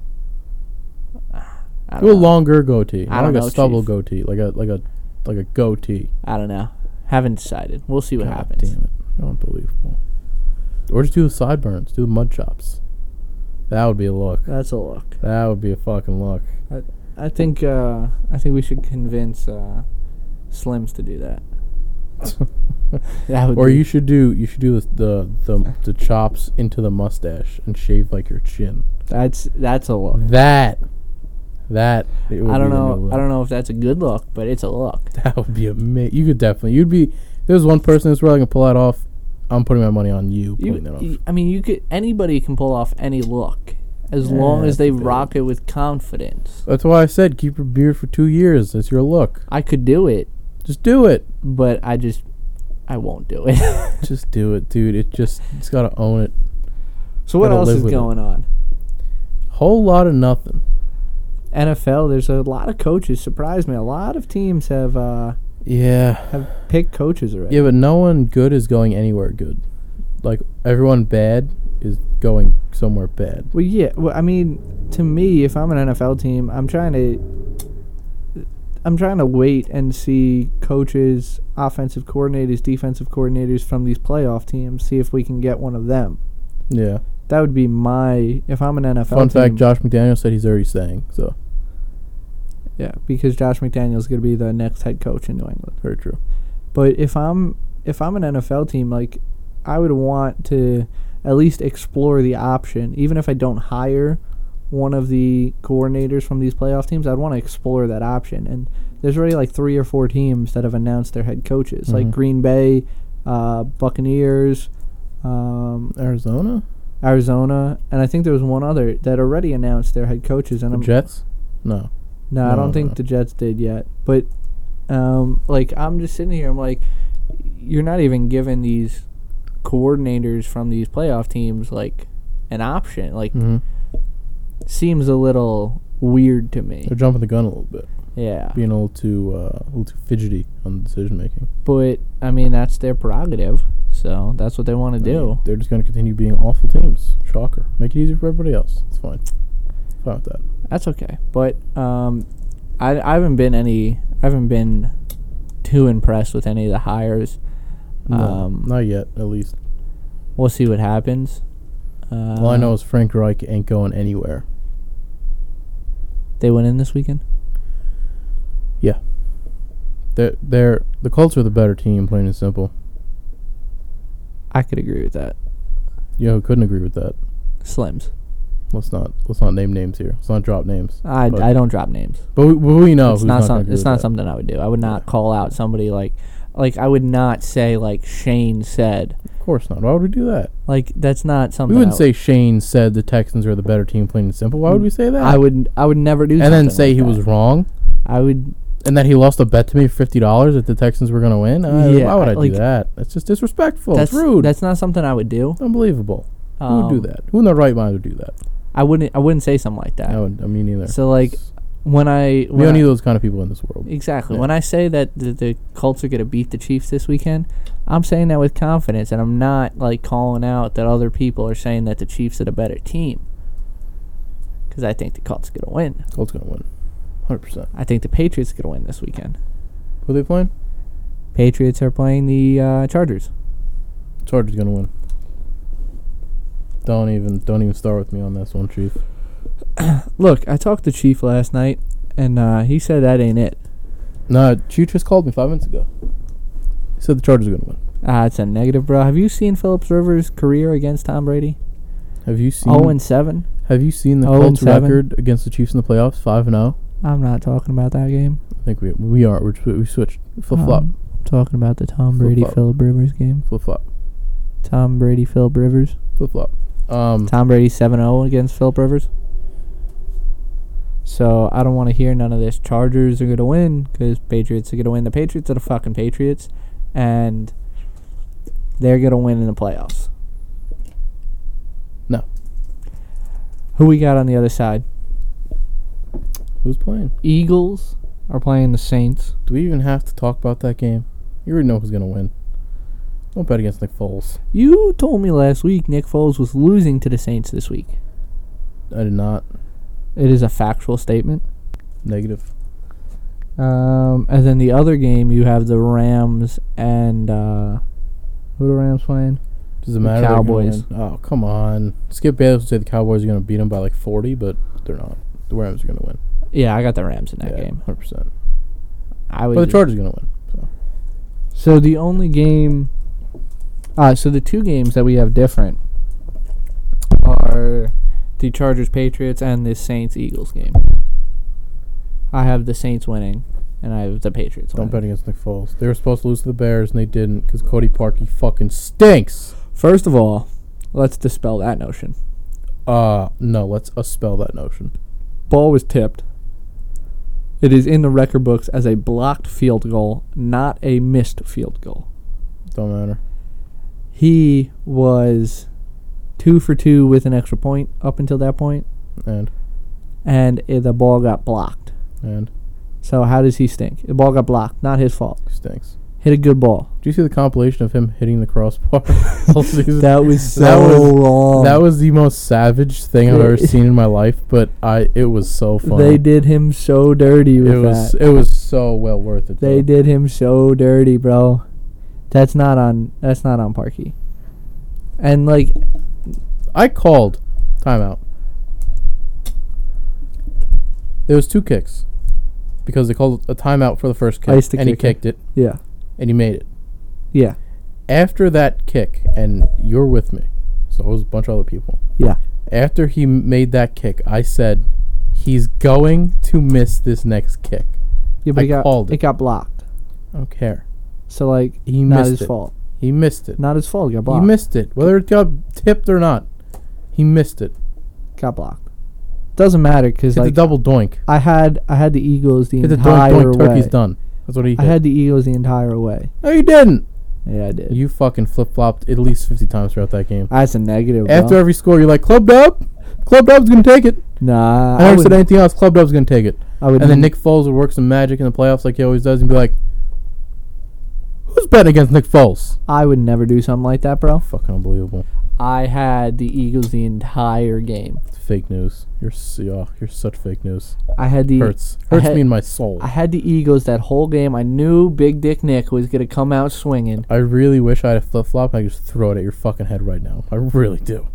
S1: I
S2: Do a
S1: don't, know.
S2: longer goatee.
S1: I
S2: not
S1: don't
S2: like
S1: know,
S2: a stubble
S1: Chief.
S2: goatee, like a like a like a goatee.
S1: I don't know. Haven't decided. We'll see what
S2: God
S1: happens.
S2: Damn it! Unbelievable. Or just do the sideburns. Do the mud chops. That would be a look.
S1: That's a look.
S2: That would be a fucking look.
S1: I think uh, I think we should convince uh, Slims to do that. that would
S2: Or
S1: be-
S2: you should do you should do the the the, the chops into the mustache and shave like your chin.
S1: that's that's a look.
S2: That that it would
S1: I don't
S2: be a new
S1: know.
S2: look.
S1: I don't know if that's a good look, but it's a look.
S2: That would be amazing. You could definitely. You'd be. If there's one person that's really gonna pull that off. I'm putting my money on you
S1: You,
S2: pulling that off.
S1: you- I mean, you could anybody can pull off any look as long
S2: Yeah,
S1: as they
S2: that's a bit-
S1: rock it with confidence.
S2: That's why I said keep your beard for two years. That's your look.
S1: I could do it,
S2: Just do it.
S1: but I just I won't do it.
S2: just do it, dude. It just it's gotta own it.
S1: so what
S2: Gotta
S1: else
S2: live
S1: is
S2: with it.
S1: going on?
S2: Whole lot of nothing.
S1: NFL. There's a lot of coaches. Surprised me. A lot of teams have uh,
S2: Yeah.
S1: have picked coaches already.
S2: Yeah, but no one good is going anywhere good. Like everyone bad is going somewhere bad.
S1: Well, yeah. Well, I mean, to me, if I'm an NFL team, I'm trying to, I'm trying to wait and see coaches, offensive coordinators, defensive coordinators from these playoff teams, see if we can get one of them.
S2: Yeah.
S1: That would be my if I'm an NFL.
S2: Fun fact:
S1: team-
S2: Josh McDaniel said he's already staying. So
S1: Yeah, because Josh McDaniel's going to be the next head coach in New England.
S2: very true.
S1: But if I'm if I'm an NFL team, like I would want to at least explore the option, even if I don't hire one of the coordinators from these playoff teams, I'd want to explore that option. And there's already like three or four teams that have announced their head coaches, like
S2: Mhm.
S1: Green Bay, uh, Buccaneers, um,
S2: Arizona
S1: Arizona, and I think there was one other that already announced their head coaches. And I'm
S2: Jets. No.
S1: no, I
S2: No,
S1: don't
S2: no,
S1: think
S2: no.
S1: the Jets did yet. But um, like I'm just sitting here, I'm like, you're not even giving these coordinators from these playoff teams like an option. Like
S2: Mm-hmm.
S1: seems a little weird to me.
S2: They're jumping the gun a little bit,
S1: Yeah.
S2: being a little too uh, a little too fidgety on the decision making.
S1: But I mean that's their prerogative. So that's what they want to do.
S2: They're just gonna continue being awful teams. Shocker. Make it easier for everybody else. It's fine. Fine with that.
S1: That's okay. But um I I haven't been any I haven't been too impressed with any of the hires.
S2: No,
S1: Um,
S2: not yet, at least.
S1: We'll see what happens. Uh,
S2: All I know is Frank Reich ain't going anywhere.
S1: they went in this weekend.
S2: They're, they're the Colts are the better team, plain and simple.
S1: I could agree with that.
S2: You know, who couldn't agree with that.
S1: Slims.
S2: Let's not let's not name names here. Let's not drop names.
S1: I,
S2: But-
S1: I don't drop names.
S2: But we, we know
S1: it's
S2: who's
S1: not,
S2: not gonna
S1: some,
S2: agree
S1: it's
S2: with
S1: not
S2: that.
S1: something I would do. I would not call out somebody like like I would not say like Shane said.
S2: Of course not. Why would we do that?
S1: Like that's not something
S2: We wouldn't
S1: I
S2: say Shane said the Texans are the better team, plain and simple. Why would we say that?
S1: I would I would never do
S2: and then
S1: something
S2: say
S1: like
S2: he
S1: that.
S2: was wrong
S1: I would
S2: and that he lost a bet to me for fifty dollars that the Texans were gonna win. Uh,
S1: Yeah,
S2: why would I
S1: like-
S2: do that? That's just disrespectful.
S1: that's
S2: it's rude.
S1: That's not something I would do.
S2: unbelievable. Who would
S1: Um,
S2: do that? Who in their right mind would do that?
S1: I wouldn't I wouldn't say something like that.
S2: I would. I mean, neither.
S1: So like when I
S2: We
S1: when
S2: don't
S1: I-
S2: need those kind of people in this world.
S1: Exactly.
S2: Yeah.
S1: When I say that the, the Colts are going to beat the Chiefs this weekend, I'm saying that with confidence, and I'm not like calling out that other people are saying that the Chiefs are the better team. Because I think the Colts are going to win.
S2: Colts gonna win, hundred percent.
S1: I think the Patriots are going to win this weekend.
S2: Who they playing?
S1: Patriots are playing the uh, Chargers.
S2: Chargers gonna win. Don't even don't even start with me on this one, Chief.
S1: Look, I talked to Chief last night, and uh, he said that ain't it.
S2: No, you just called me five minutes ago. He said the Chargers are gonna win.
S1: Ah, it's a negative, bro. Have you seen Phillips Rivers' career against Tom Brady?
S2: Have you seen?
S1: Oh and 7.
S2: have you seen the
S1: oh and
S2: Colts
S1: seven.
S2: record against the Chiefs in the playoffs? Five and zero.
S1: I'm not talking about that game.
S2: I think we we are we're, we switched flip flop
S1: Um, talking about the Tom Brady
S2: Flip-flop.
S1: Philip Rivers game.
S2: flip flop
S1: Tom Brady Philip Rivers.
S2: flip flop. Um,
S1: Tom Brady 7-0 against Philip Rivers. So I don't want to hear none of this. Chargers are going to win because Patriots are going to win. The Patriots are the fucking Patriots, and they're going to win in the playoffs.
S2: No.
S1: Who we got on the other side?
S2: who's playing?
S1: Eagles are playing the Saints.
S2: Do we even have to talk about that game? You already know who's gonna win. Don't bet against Nick Foles.
S1: You told me last week Nick Foles was losing to the Saints this week.
S2: I did not.
S1: It is a factual statement.
S2: Negative.
S1: Um, and then the other game, you have the Rams and uh, who are the Rams playing?
S2: Does it matter? they're gonna
S1: Cowboys.
S2: win? Oh come on. Skip Bayless would say the Cowboys are gonna beat them by like forty, but they're not. The Rams are gonna win.
S1: Yeah, I got the Rams in that game.
S2: hundred percent.
S1: I
S2: But the
S1: would.
S2: Chargers are gonna win. So
S1: so the only game, uh, so the two games that we have different are the Chargers Patriots and the Saints Eagles game. I have the Saints winning, and I have the Patriots.
S2: don't
S1: Winning.
S2: bet against Nick Foles. They were supposed to lose to the Bears and they didn't because Cody Parkey fucking stinks.
S1: First of all, let's dispel that notion.
S2: Uh no, let's spell that notion.
S1: ball was tipped. It is in the record books as a blocked field goal, not a missed field goal.
S2: Don't matter.
S1: He was two for two with an extra point up until that point,
S2: And
S1: and i- the ball got blocked.
S2: and
S1: So how does he stink? The ball got blocked, not his fault.
S2: stinks.
S1: Hit a good ball.
S2: Do you see the compilation of him hitting the crossbar all season?
S1: That was so
S2: That was-
S1: wrong.
S2: That was the most savage thing I've ever
S1: They-
S2: seen in my life, but I it was so fun.
S1: they did him so dirty
S2: it
S1: with
S2: was
S1: that.
S2: it was so well worth it.
S1: They
S2: though.
S1: did him so dirty, bro. That's not on. That's not on Parky. And like
S2: I called timeout. There was two kicks because they called a timeout for the first kick,
S1: Iced the
S2: and he
S1: kicker.
S2: kicked it,
S1: Yeah.
S2: and he made it.
S1: Yeah.
S2: After that kick, and you're with me, so it was a bunch of other people.
S1: Yeah.
S2: After he m- made that kick, I said, "He's going to miss this next kick."
S1: Yeah, but
S2: I
S1: it got
S2: called
S1: it.
S2: it.
S1: got blocked.
S2: I don't care.
S1: So like
S2: He
S1: not
S2: missed
S1: his
S2: it.
S1: fault.
S2: He missed it.
S1: Not his fault. It got
S2: he
S1: blocked.
S2: missed it. Whether it got tipped or not, he missed it.
S1: got blocked. Doesn't matter because
S2: Hit the
S1: like
S2: double doink.
S1: I had I had the Eagles the
S2: Hit the doink
S1: entire
S2: doink.
S1: way.
S2: Turkey's done. That's what he.
S1: I
S2: hit.
S1: had the Eagles the entire way.
S2: No, you didn't.
S1: Yeah, I did.
S2: You fucking flip flopped at least 50 times throughout that game.
S1: That's a negative. bro.
S2: After every score, you're like, Club Dub? Club Dub's going to take it.
S1: nah,
S2: I never
S1: would,
S2: said anything else. Club Dub's going to take it.
S1: I would.
S2: And then Nick Foles would work some magic in the playoffs like he always does and be like, Who's betting against Nick Foles?
S1: I would never do something like that, bro.
S2: Fucking unbelievable.
S1: I had the Eagles the entire game.
S2: It's fake news. You're, s- oh, you're such fake news.
S1: I had the
S2: Hurts.
S1: Mm, I
S2: Hurts
S1: had-
S2: me in my soul.
S1: I had the Eagles that whole game. I knew Big Dick Nick was gonna come out swinging.
S2: I really wish I had a flip flop and I could just throw it at your fucking head right now. I really do.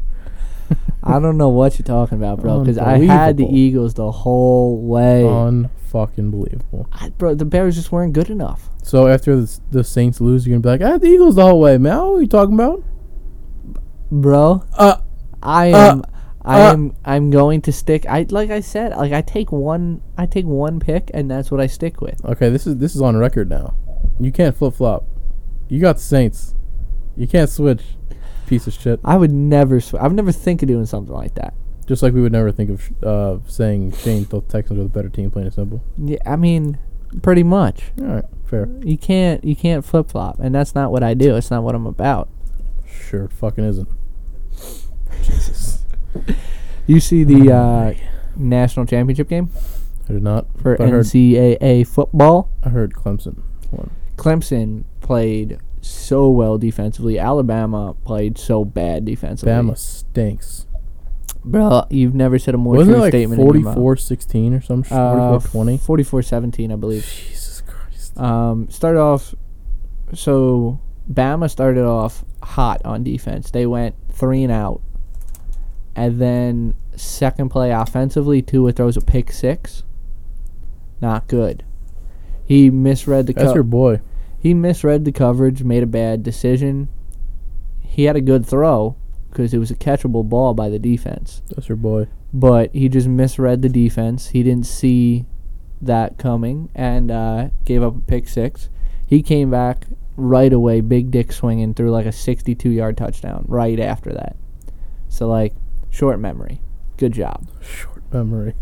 S1: I don't know what you're talking about, bro. Because I had the
S2: Unbelievable. Oh,
S1: Eagles the whole way.
S2: Unfucking believable.
S1: I, bro, the Bears just weren't good enough.
S2: So after the, the Saints lose, you're going to be like, I had the Eagles the whole way, man. What are you talking about?
S1: Bro,
S2: Uh,
S1: I
S2: Uh,
S1: am I
S2: uh.
S1: am I'm going to stick I like I said, like I take one I take one pick and that's what I stick with.
S2: Okay, this is this is on record now. You can't flip flop. You got the Saints. You can't switch. Piece of shit.
S1: I would never sw- I would never think of doing something like that.
S2: Just like we would never think of sh- uh, saying Shane the Texans are the better team, plain and simple.
S1: Yeah, I mean, pretty much.
S2: All right, fair.
S1: You can't you can't flip-flop and that's not what I do. It's not what I'm about.
S2: Sure, it fucking isn't. Jesus, Oh,
S1: You see the uh, national championship game?
S2: I There's not.
S1: for
S2: but I heard,
S1: NCAA football.
S2: I heard Clemson won.
S1: Clemson played so well defensively. Alabama played so bad defensively.
S2: Bama stinks.
S1: Bro, you've never said a more
S2: Wasn't it
S1: true
S2: like
S1: statement. in your mouth.
S2: 44 16 or some shit?
S1: Uh,
S2: 44 20?
S1: 44-17, I believe.
S2: Jesus Christ.
S1: Um, started off, so Bama started off hot on defense. They went three and out, and then second play offensively, Tua throws a pick six. Not good. He misread the
S2: That's
S1: co-
S2: your boy.
S1: he misread the coverage, made a bad decision. He had a good throw because it was a catchable ball by the defense
S2: That's your boy.
S1: but he just misread the defense. He didn't see that coming and uh, gave up a pick six. He came back right away, big dick swinging, threw like a 62 yard touchdown right after that. So, like, short memory. Good job.
S2: Short memory.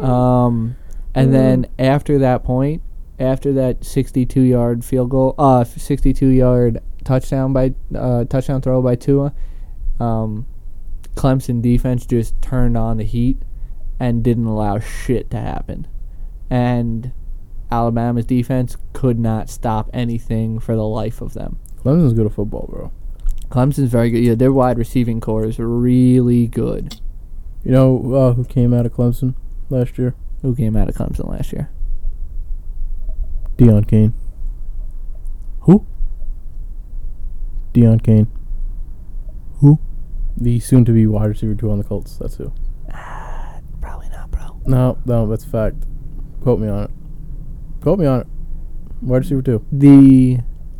S1: Um, and then after that point, after that 62 yard field goal, uh, 62 yard touchdown by uh, touchdown throw by Tua, um, Clemson defense just turned on the heat and didn't allow shit to happen. And Alabama's defense could not stop anything for the life of them.
S2: Clemson's good at football, bro.
S1: Clemson's very good. Yeah, their wide receiving core is really good.
S2: You know uh, who came out of Clemson last year?
S1: Who came out of Clemson last year?
S2: Deion Kane.
S1: Who?
S2: Deion Kane.
S1: Who?
S2: The soon to be wide receiver two on the Colts. That's who.
S1: Probably not, bro.
S2: No, no, that's a fact. Quote me on it. Quote me on it. Wide receiver two.
S1: the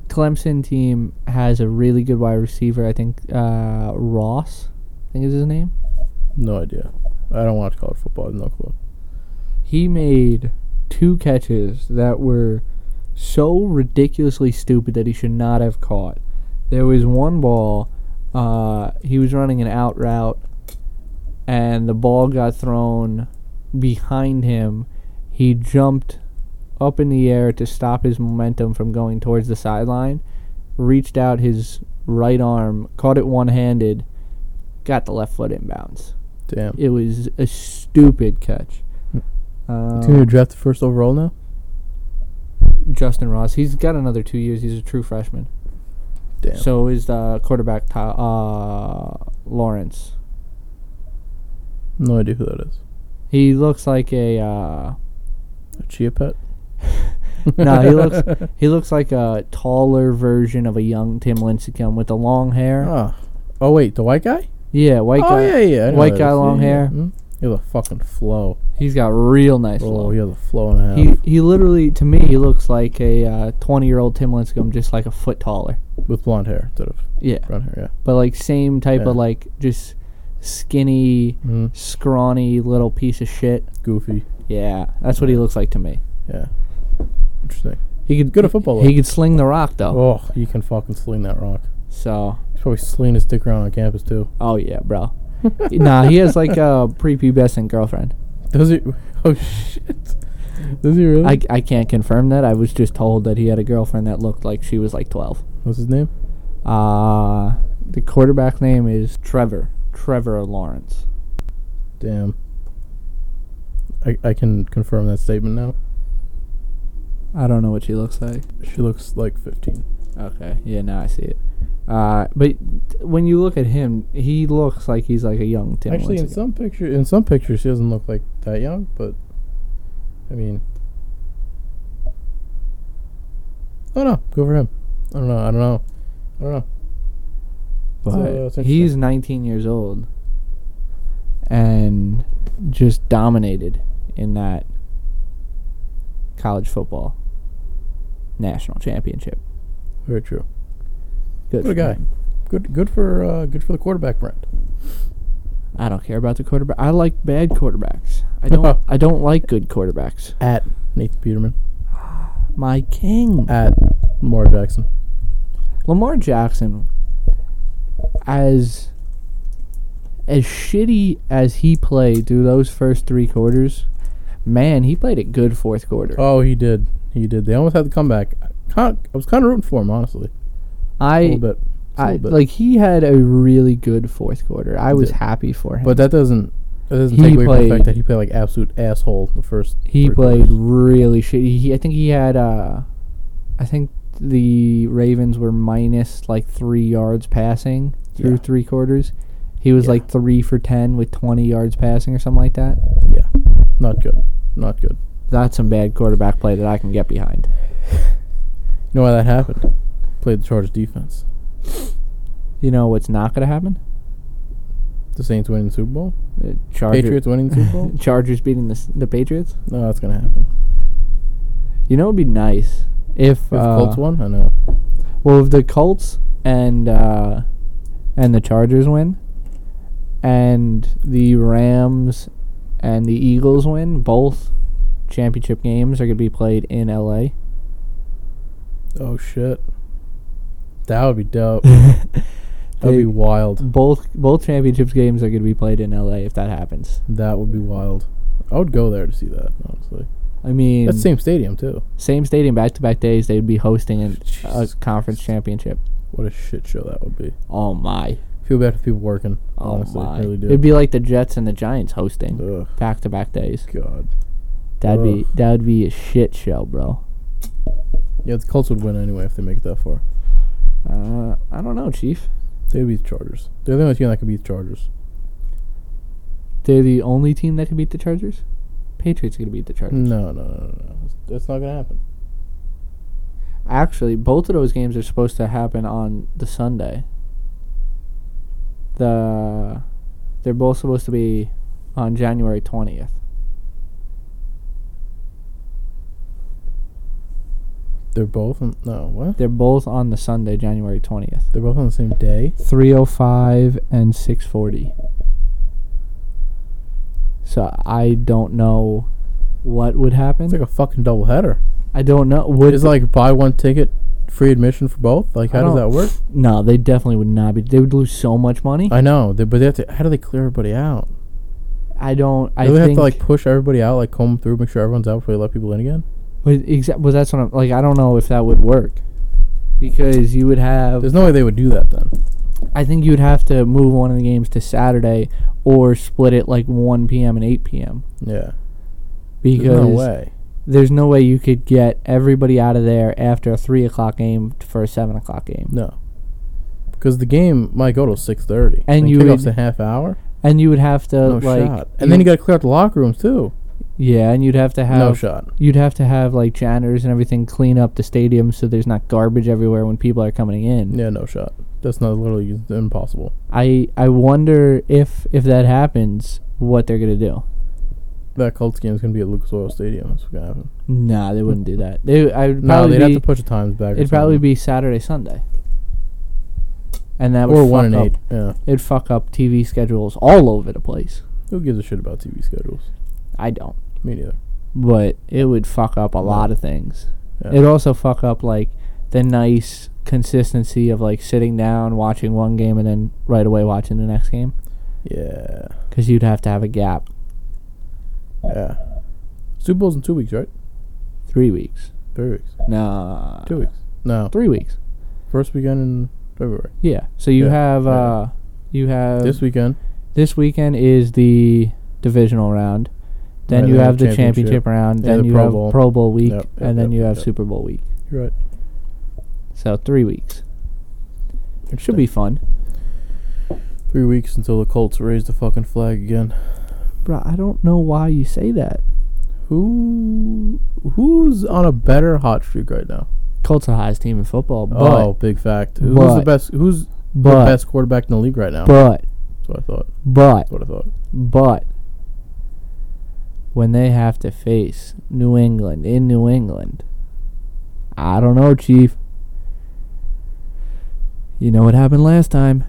S1: Clemson team has a really good wide receiver. I think uh, Ross, I think is his name.
S2: No idea. I don't watch college football. I have No clue.
S1: He made two catches that were so ridiculously stupid that he should not have caught. There was one ball. Uh, he was running an out route, and the ball got thrown behind him. He jumped up in the air to stop his momentum from going towards the sideline, reached out his right arm, caught it one handed, got the left foot inbounds.
S2: Damn.
S1: It was a stupid catch. Um,
S2: Hmm. Two to draft the first overall now.
S1: Justin Ross. He's got another two years. He's a true freshman.
S2: Damn.
S1: So is the quarterback Ty- uh, Lawrence.
S2: no idea who that is.
S1: He looks like a uh,
S2: A chia pet.
S1: no. He looks he looks like a taller version of a young Tim Lincecum with the long hair.
S2: Ah. Oh wait, the white guy.
S1: Yeah, white
S2: oh
S1: guy.
S2: yeah, yeah. I know
S1: white
S2: that
S1: guy,
S2: is.
S1: long
S2: Yeah, yeah,
S1: hair.
S2: mhm. He has a fucking flow.
S1: He's got real nice.
S2: Oh,
S1: flow.
S2: he has a flow and a half.
S1: He he literally to me he looks like a twenty year old Tim Lincecum, just like a foot taller.
S2: With blonde hair instead of
S1: Yeah,
S2: brown hair.
S1: but like same type
S2: Yeah.
S1: of like just skinny,
S2: Yeah. Mm.
S1: scrawny little piece of shit.
S2: Goofy.
S1: Yeah, that's what he looks like to me.
S2: Yeah. Interesting.
S1: He could
S2: Good at football.
S1: He could sling the rock though.
S2: Oh, you can fucking sling that rock.
S1: So,
S2: He's probably slinging his dick around on campus too.
S1: oh yeah, bro. nah, he has like a prepubescent girlfriend.
S2: Does he? Oh shit. Does he really?
S1: I, I can't confirm that. I was just told that he had a girlfriend that looked like she was like twelve.
S2: What's his name?
S1: Uh the quarterback name is Trevor. Trevor Lawrence.
S2: Damn. I I can confirm that statement now.
S1: I don't know what she looks like.
S2: She looks like 15.
S1: Okay, yeah, now I see it. Uh, but when you look at him, he looks like he's like a young Tim.
S2: Actually, in
S1: Lincecum.
S2: some picture, in some pictures, she doesn't look like that young. But I mean, oh no, go for him. I don't know. I don't know. I don't know.
S1: But
S2: So, it's
S1: he's 19 years old and just dominated in that college football national championship.
S2: very true.
S1: Good
S2: What
S1: for
S2: a guy.
S1: him.
S2: Good, good for, uh, good for the quarterback brand.
S1: I don't care about the quarterback. I like bad quarterbacks. I don't. I don't like good quarterbacks.
S2: At Nathan Peterman.
S1: My king,
S2: At Lamar Jackson.
S1: Lamar Jackson, as as shitty as he played through those first three quarters, man, he played a good fourth quarter.
S2: Oh, he did. He did. They almost had the comeback. I, kind I was kind of rooting for him, honestly.
S1: I
S2: A little bit. Just a
S1: I,
S2: little bit.
S1: like he had a really good fourth quarter. I was
S2: did.
S1: happy for him.
S2: But that doesn't It doesn't
S1: He
S2: take away from the fact
S1: played-
S2: that he played like absolute asshole the first.
S1: He
S2: three
S1: played
S2: quarters.
S1: really shitty. He, I think he had, uh, I think the Ravens were minus like three yards passing through
S2: Yeah.
S1: three quarters. He was
S2: Yeah.
S1: like three for ten with twenty yards passing or something like that.
S2: Yeah, not good. Not good.
S1: That's some bad quarterback play that I can get behind.
S2: You know why that happened? Played the Chargers defense.
S1: You know what's not going to happen?
S2: The Saints winning the Super Bowl.
S1: The Charger-
S2: Patriots winning the Super Bowl.
S1: Chargers beating the, s- the Patriots.
S2: no, that's gonna happen.
S1: You know, it'd be nice if,
S2: If
S1: uh,
S2: the Colts won, I know.
S1: Well, if the Colts and uh, and the Chargers win, and the Rams and the Eagles win, both championship games are gonna be played in L.A.
S2: Oh shit. That would be dope. That'd
S1: They-
S2: be wild.
S1: both both championships games are gonna be played in L.A. If that happens,
S2: That would be wild. I would go there to see that. Honestly,
S1: I mean,
S2: that's the same stadium too.
S1: same stadium back to back days. They'd be hosting an, a
S2: Jesus
S1: conference
S2: Christ.
S1: championship.
S2: What a shit show that would be.
S1: Oh my!
S2: Feel bad for people working.
S1: Oh
S2: honestly,
S1: my!
S2: really do.
S1: It'd be like the Jets and the Giants hosting
S2: Ugh,
S1: back to back days.
S2: God.
S1: That'd be
S2: Ugh.
S1: that'd be a shit show, bro.
S2: Yeah, the Colts would win anyway if they make it that far.
S1: Uh, I don't know, Chief.
S2: They would beat the Chargers. They're the only team that could beat the Chargers.
S1: They're the only team that can beat the Chargers. Patriots are gonna beat the Chargers.
S2: No, no, no, no, no. That's- That's not gonna happen.
S1: Actually, both of those games are supposed to happen on the Sunday. The they're both supposed to be on January twentieth.
S2: They're both on, no what?
S1: They're both on the Sunday, January twentieth.
S2: They're both on the same day.
S1: Three oh five and six forty. So I don't know what would happen.
S2: It's like a fucking double header.
S1: I don't know. Would
S2: It's like buy one ticket, free admission for both. Like
S1: I
S2: how does
S1: don't-
S2: that work?
S1: no? They definitely would not be. They would lose so much money.
S2: I know, they, but they have to. How do they clear everybody out?
S1: I don't. I
S2: Do they have
S1: think
S2: to like push everybody out, like comb through, make sure everyone's out before they let people in again?
S1: But exa- well, that's what I'm like. I don't know if that would work because you would have.
S2: There's no way they would do that then.
S1: I think you would have to move one of the games to Saturday or split it like 1 p.m. and 8 p.m.
S2: Yeah,
S1: Because
S2: there's no way.
S1: there's no way you could get everybody out of there after a three o'clock game t- for a seven o'clock game,
S2: No, because the game might go till six thirty,
S1: And you
S2: kickoff's
S1: would-
S2: a half hour.
S1: and you would have to
S2: No
S1: like,
S2: shot. And then you got to clear out the locker rooms too.
S1: yeah, and you'd have to have
S2: no shot.
S1: you'd have to have like janitors and everything clean up the stadium so there's not garbage everywhere when people are coming in.
S2: Yeah, no shot. That's not literally impossible.
S1: I I wonder if if that happens, what they're gonna do.
S2: That Colts game is gonna be at Lucas Oil Stadium. That's what's gonna happen.
S1: Nah, they wouldn't do that. They I would
S2: No,
S1: probably
S2: they'd have
S1: be,
S2: to push the times back. or
S1: it'd probably
S2: something.
S1: be Saturday Sunday, and that would
S2: or
S1: fuck
S2: one and
S1: up,
S2: eight. Yeah,
S1: It'd fuck up TV schedules all over the place.
S2: who gives a shit about TV schedules?
S1: I don't,
S2: Me neither.
S1: but it would fuck up a lot of things.
S2: Yeah.
S1: It'd also fuck up like the nice consistency of like sitting down watching one game and then right away watching the next game
S2: Yeah,
S1: because you'd have to have a gap
S2: yeah. Super Bowl's in two weeks, right?
S1: three weeks.
S2: Three weeks.
S1: No,
S2: Two weeks. No,
S1: three weeks.
S2: first weekend in February.
S1: Yeah. So you
S2: Yeah,
S1: have
S2: yeah.
S1: uh you have
S2: this weekend.
S1: this weekend is the divisional round. Then
S2: Right,
S1: you
S2: then
S1: have the
S2: championship.
S1: championship round.
S2: Yeah,
S1: Then
S2: the
S1: you
S2: Pro
S1: have
S2: Bowl.
S1: Pro Bowl week,
S2: Yep, yep,
S1: and then
S2: yep,
S1: you have
S2: yep.
S1: Super Bowl week.
S2: You're right.
S1: So three weeks. It should be fun,
S2: Three weeks until the Colts raise the fucking flag again.
S1: bro. I don't know why you say that.
S2: Who who's on a better hot streak right now?
S1: Colts are the highest team in football, but
S2: oh, big fact. Who's
S1: but-
S2: the best? Who's the
S1: but
S2: best quarterback in the league right now?
S1: but
S2: That's what I thought.
S1: but
S2: That's what I thought.
S1: but when they have to face New England in New England, I don't know, Chief. You know what happened last time.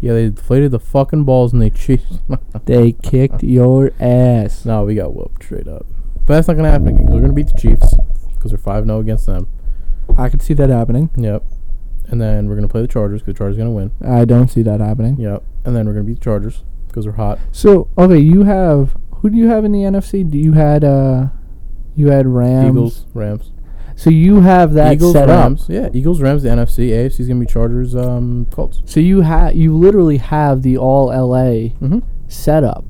S2: Yeah, they deflated the fucking balls and they cheated.
S1: They kicked your ass.
S2: no, we got whooped straight up. But that's not gonna happen again because we're gonna beat the Chiefs because we're five 0 against them.
S1: I could see that happening.
S2: Yep. And then we're gonna play the Chargers because the Chargers are gonna win.
S1: I don't see that happening.
S2: Yep. And then we're gonna beat the Chargers because we're hot.
S1: So okay, you have who do you have in the NFC? Do you had uh, you had Rams.
S2: Eagles, Rams.
S1: So you have that
S2: Eagles,
S1: set
S2: Rams. Yeah, Eagles, Rams, the NFC. AFC's gonna be Chargers, um, Colts.
S1: up. So you have you literally have the all LA
S2: Mm-hmm.
S1: setup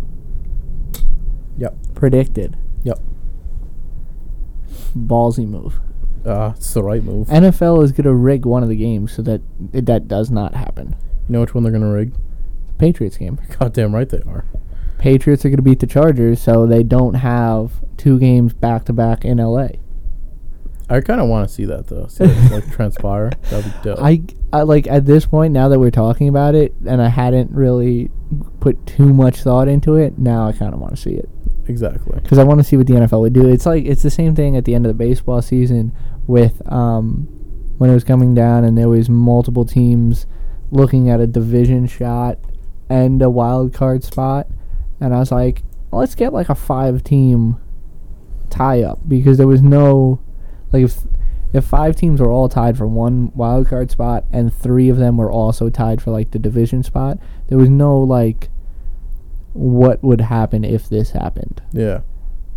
S2: Yep.
S1: predicted.
S2: Yep.
S1: Ballsy move.
S2: Uh, it's the right move.
S1: NFL is gonna rig one of the games so that it, that does not happen.
S2: You know which one they're gonna rig?
S1: Patriots game.
S2: Goddamn right they are.
S1: Patriots are gonna beat the Chargers, so they don't have two games back to back in LA.
S2: I kind of want to see that though. See it, like transpire. That'd be dope.
S1: I, I like at this point now that we're talking about it, and I hadn't really put too much thought into it. Now I kind of want to see it.
S2: exactly.
S1: because I want to see what the NFL would do. It's like it's the same thing at the end of the baseball season with um, when it was coming down and there was multiple teams looking at a division shot and a wild card spot, and I was like, let's get like a five team tie up because there was no like if if five teams were all tied for one wild card spot and three of them were also tied for like the division spot, there was no like what would happen if this happened
S2: Yeah.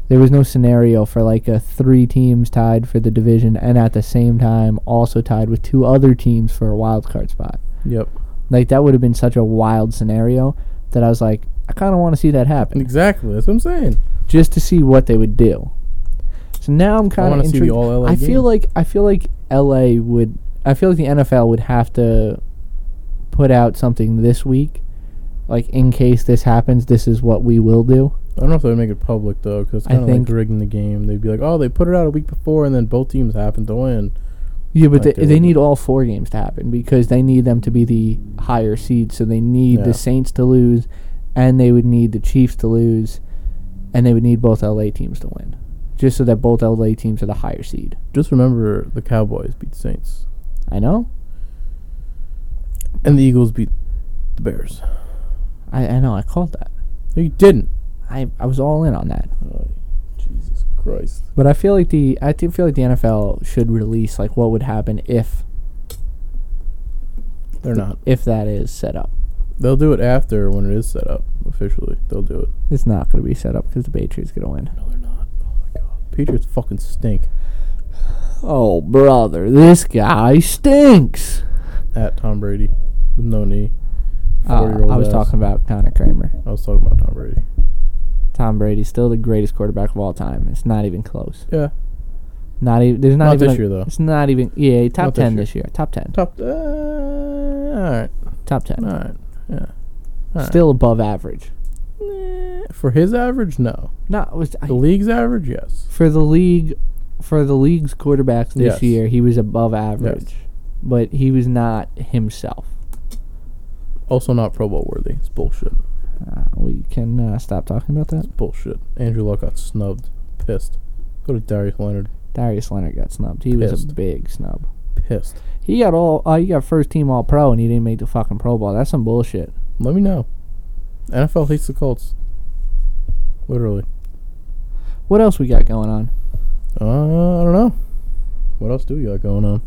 S1: there was no scenario for like a three teams tied for the division and at the same time also tied with two other teams for a wild card spot.
S2: Yep.
S1: Like that would have been such a wild scenario that I was like, I kind of want to see that happen
S2: Exactly. That's what I'm saying.
S1: just to see what they would do. So now I'm kind
S2: wanna
S1: of
S2: see the
S1: intrigued.
S2: all LA
S1: I feel
S2: game.
S1: like I feel like LA would I feel like the NFL would have to put out something this week like in case this happens, this is what we will do.
S2: I don't know if they'd make it public though, because it's
S1: I
S2: kind of like
S1: think-
S2: rigging the game. They'd be like, "Oh, they put it out a week before, and then both teams happened to win."
S1: Yeah, but
S2: Like
S1: they,
S2: they
S1: they
S2: would-
S1: need all four games to happen because they need them to be the higher seed. So they need
S2: Yeah.
S1: the Saints to lose, and they would need the Chiefs to lose, and they would need both LA teams to win, just so that both LA teams are the higher seed.
S2: Just remember, the Cowboys beat the Saints,
S1: I know,
S2: and the Eagles beat the Bears.
S1: I, I know, I called that.
S2: No, you didn't.
S1: I, I was all in on that.
S2: Oh, Jesus Christ.
S1: But I feel like the I do feel like the NFL should release like what would happen if
S2: They're not.
S1: if that is set up.
S2: They'll do it after when it is set up officially. They'll do it.
S1: It's not going to be set up because the Patriots going to win.
S2: No, they're not. Oh my God. Patriots fucking stink
S1: Oh brother, this guy stinks.
S2: at Tom Brady with no knee.
S1: Uh,
S2: Four-year-old
S1: I was
S2: ass.
S1: talking about Connor Kramer.
S2: I was talking about Tom Brady.
S1: Tom Brady's still the greatest quarterback of all time. It's not even close.
S2: Yeah.
S1: Not even. There's not,
S2: Not
S1: even.
S2: this
S1: a-
S2: year, though.
S1: It's not even. Yeah, top
S2: Not this
S1: ten
S2: year.
S1: this year. Top ten.
S2: Top. Uh, all right.
S1: Top ten.
S2: All right. Yeah. all right.
S1: Still above average.
S2: Nah, for his average, no.
S1: No, it was I-
S2: The league's average, yes.
S1: for the league. For the league's quarterbacks this
S2: Yes.
S1: year, he was above average, but he was not himself.
S2: Also not Pro Bowl worthy. It's bullshit.
S1: Uh, we can uh, stop talking about that.
S2: Bullshit. Andrew Luck got snubbed. Pissed. Go to Darius Leonard.
S1: Darius Leonard got snubbed. He was a
S2: Pissed.
S1: big snub.
S2: Pissed.
S1: He got all. Uh, he got first team All Pro, and he didn't make the fucking Pro Bowl. That's some bullshit.
S2: Let me know. NFL hates the Colts. Literally.
S1: What else we got going on?
S2: Uh, I don't know. What else do we got going on?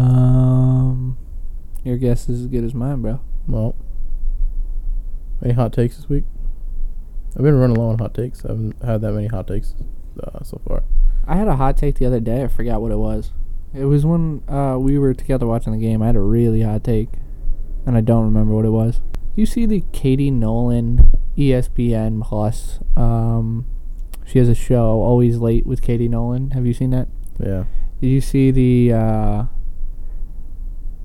S1: Um, your guess is as good as mine, bro.
S2: Well, any hot takes this week? I've been running low on hot takes. I haven't had that many hot takes uh, so far.
S1: I had a hot take the other day. I forgot what it was. It was when uh, we were together watching the game. I had a really hot take, and I don't remember what it was. You see the Katie Nolan E ESPN Plus. Um, she has a show, Always Late with Katie Nolan. Have you seen that?
S2: Yeah.
S1: Did you see the uh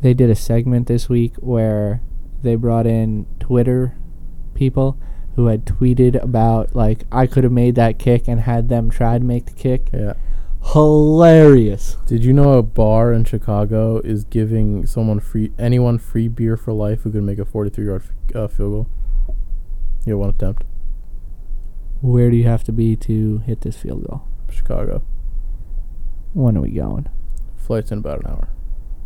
S1: they did a segment this week where they brought in Twitter people who had tweeted about like I could have made that kick and had them try to make the kick.
S2: Yeah.
S1: Hilarious.
S2: Did you know a bar in Chicago is giving someone free anyone free beer for life who can make a 43 yard f- uh, field goal? Yeah, one attempt.
S1: Where do you have to be to hit this field goal?
S2: Chicago.
S1: When are we going?
S2: Flight's in about an hour.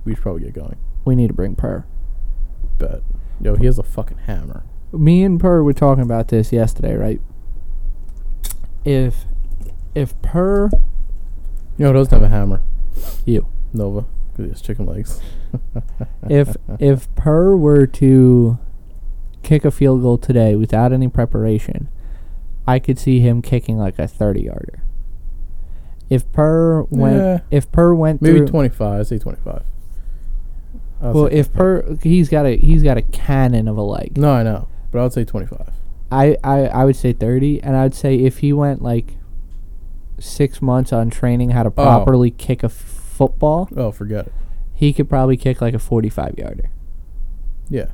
S2: We should probably get going.
S1: We need to bring Purr.
S2: Bet. Yo, he has a fucking hammer.
S1: me and Purr were talking about this yesterday, right? If if Purr
S2: You know, who doesn't have a hammer?
S1: you
S2: Nova. Because he has chicken legs.
S1: if if Purr were to kick a field goal today without any preparation, I could see him kicking like a thirty yarder. If Purr went,
S2: Yeah.
S1: if Purr went
S2: Maybe
S1: through,
S2: 25. Say 25. I would
S1: well,
S2: say
S1: if
S2: 25.
S1: Purr, he's got a he's got a cannon of a leg.
S2: No, I know. But I would say 25.
S1: I, I I would say thirty, and I'd say if he went like six months on training how to properly kick a f- football,
S2: Oh, forget it.
S1: he could probably kick like a forty-five yarder.
S2: Yeah,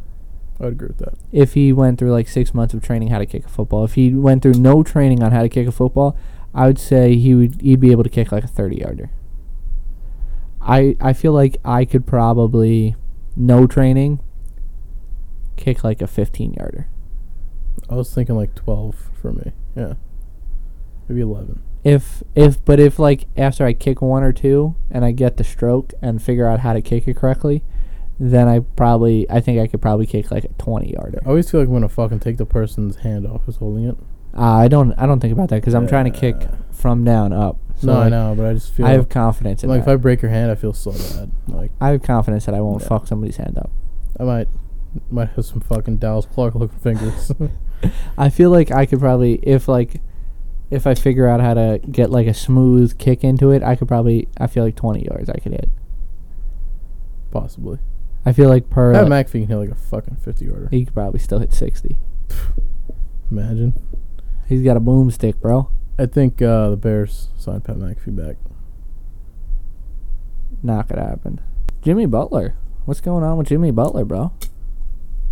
S2: I'd agree with that.
S1: If he went through like six months of training how to kick a football, if he went through no training on how to kick a football, I would say he would he'd be able to kick like a thirty-yarder. I I feel like I could probably no training kick like a fifteen-yarder.
S2: I was thinking like twelve for me. Yeah, maybe eleven.
S1: if if but if like after I kick one or two and I get the stroke and figure out how to kick it correctly, then I probably I think I could probably kick like a twenty yarder.
S2: I always feel like I'm gonna fucking take the person's hand off who's holding it.
S1: Uh, I don't I don't think about that because I'm trying to kick from down up. So
S2: no, I
S1: like,
S2: know, but I just feel
S1: I have confidence in
S2: like if I
S1: that.
S2: break your hand, I feel so bad. Like
S1: I have confidence that I won't
S2: Yeah.
S1: fuck somebody's hand up.
S2: I might might have some fucking Dallas Clark looking fingers.
S1: I feel like I could probably if like if I figure out how to get like a smooth kick into it, I could probably I feel like twenty yards I could hit.
S2: Possibly.
S1: I feel like per
S2: Pat
S1: like,
S2: McAfee can hit like a fucking fifty yarder.
S1: he could probably still hit sixty.
S2: Imagine.
S1: He's got a boomstick, bro.
S2: I think uh, the Bears signed Pat McAfee back.
S1: Not gonna happen. Jimmy Butler. What's going on with Jimmy Butler, bro?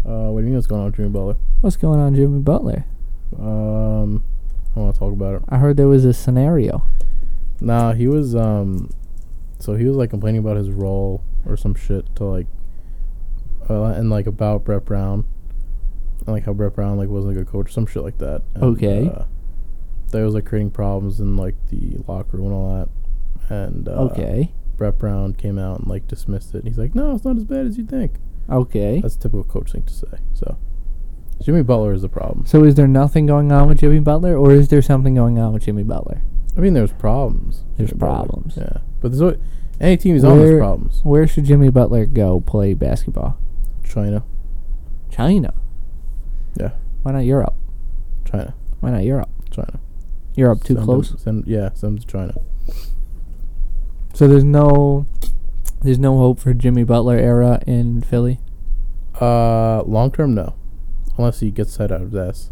S2: Uh, what do you mean what's going on with Jimmy Butler?
S1: What's going on, Jimmy Butler?
S2: Um, I don't want to talk about it.
S1: I heard there was a scenario.
S2: Nah, he was um, so he was like complaining about his role or some shit to like, uh, and like about Brett Brown, and like how Brett Brown like wasn't a good coach, some shit like that. And,
S1: Okay.
S2: Uh, that was like creating problems in like the locker room and all that. And uh,
S1: okay.
S2: Brett Brown came out and like dismissed it. And he's like, "No, it's not as bad as you think."
S1: Okay.
S2: That's a typical coach thing to say. So, Jimmy Butler is the problem.
S1: So is there nothing going on with Jimmy Butler, or is there something going on with Jimmy Butler?
S2: I mean, there's problems.
S1: There's
S2: Jimmy Butler.
S1: problems.
S2: Yeah, but there's al- any team he's on. There's
S1: Where-
S2: problems.
S1: Where should Jimmy Butler go play basketball?
S2: China,
S1: China.
S2: Yeah.
S1: Why not Europe?
S2: China,
S1: Why not Europe?
S2: China.
S1: Europe too
S2: Send him-
S1: close.
S2: send yeah, send him to China.
S1: So there's no, there's no hope for Jimmy Butler era in Philly.
S2: Uh, long term, no, unless he gets that out of his ass.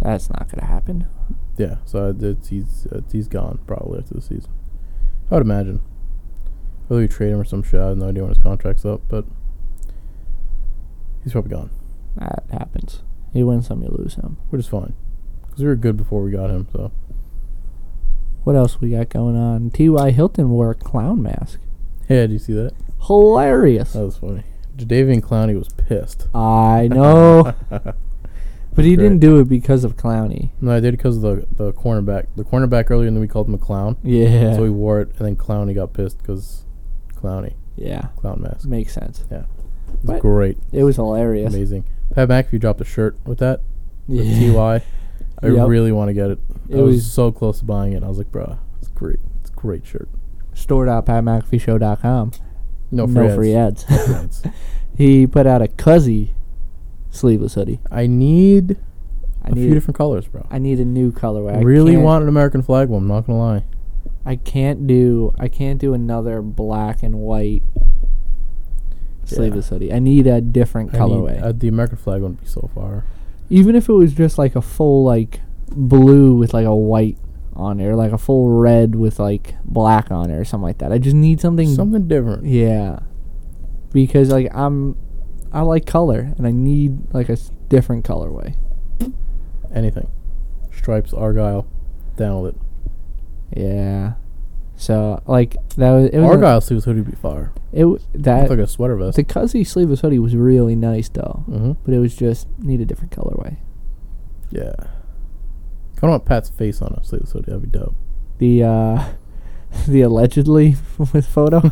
S1: That's not gonna happen.
S2: Yeah, so I- it's, he's uh, he's gone probably after the season. I would imagine. Whether we trade him or some shit, I have no idea when his contract's up, but he's probably gone,
S1: That happens. You win some, you lose some.
S2: which is fine, because we were good before we got him. So
S1: What else we got going on? T.Y. Hilton wore a clown mask.
S2: yeah, did you see that?
S1: Hilarious.
S2: That was funny. Jadavian Clowney was pissed.
S1: I know. but he
S2: Great.
S1: didn't do it because of Clowney.
S2: No, I did because of the the cornerback. The cornerback earlier, and then we called him a clown.
S1: Yeah.
S2: So he wore it, and then Clowney got pissed because Clowney,
S1: yeah.
S2: clown mask.
S1: Makes sense.
S2: It was
S1: But-
S2: great,
S1: It was hilarious.
S2: amazing. Pat McAfee dropped a shirt with that. With
S1: Yeah.
S2: Ty, I
S1: Yep.
S2: really want to get it.
S1: It
S2: I was,
S1: was-
S2: so close to buying it. I was like, bruh, it's great. It's a great shirt.
S1: Store.patmcafeeshow.com.
S2: No free
S1: no
S2: ads.
S1: free ads.
S2: Free ads.
S1: he put out a Cuzzy sleeveless hoodie.
S2: I need
S1: I
S2: a few
S1: need,
S2: different colors, bro.
S1: I need a new colorway. I
S2: really
S1: can't-
S2: want an American flag one. I'm not gonna lie.
S1: I can't do I can't do another black and white sleeveless hoodie. I need a different
S2: I need-
S1: colorway.
S2: uh, the American flag wouldn't be so far.
S1: even if it was just like a full like blue with like a white on it, or like a full red with like black on it, or something like that. I just need something.
S2: Something different.
S1: Yeah, because like I'm, I like color, and I need like a s- different colorway.
S2: Anything. Stripes, Argyle, down with it.
S1: Yeah, so like that was it was a-
S2: Argyle sleeves hoodie would be fire.
S1: it w- that
S2: It's like a sweater vest.
S1: the Cuzzy sleeveless hoodie was really nice though,
S2: mm-hmm.
S1: but it was just need a different colorway.
S2: Yeah. I want Pat's face on a sleeveless hoodie. That'd be dope.
S1: The uh, the allegedly with photo.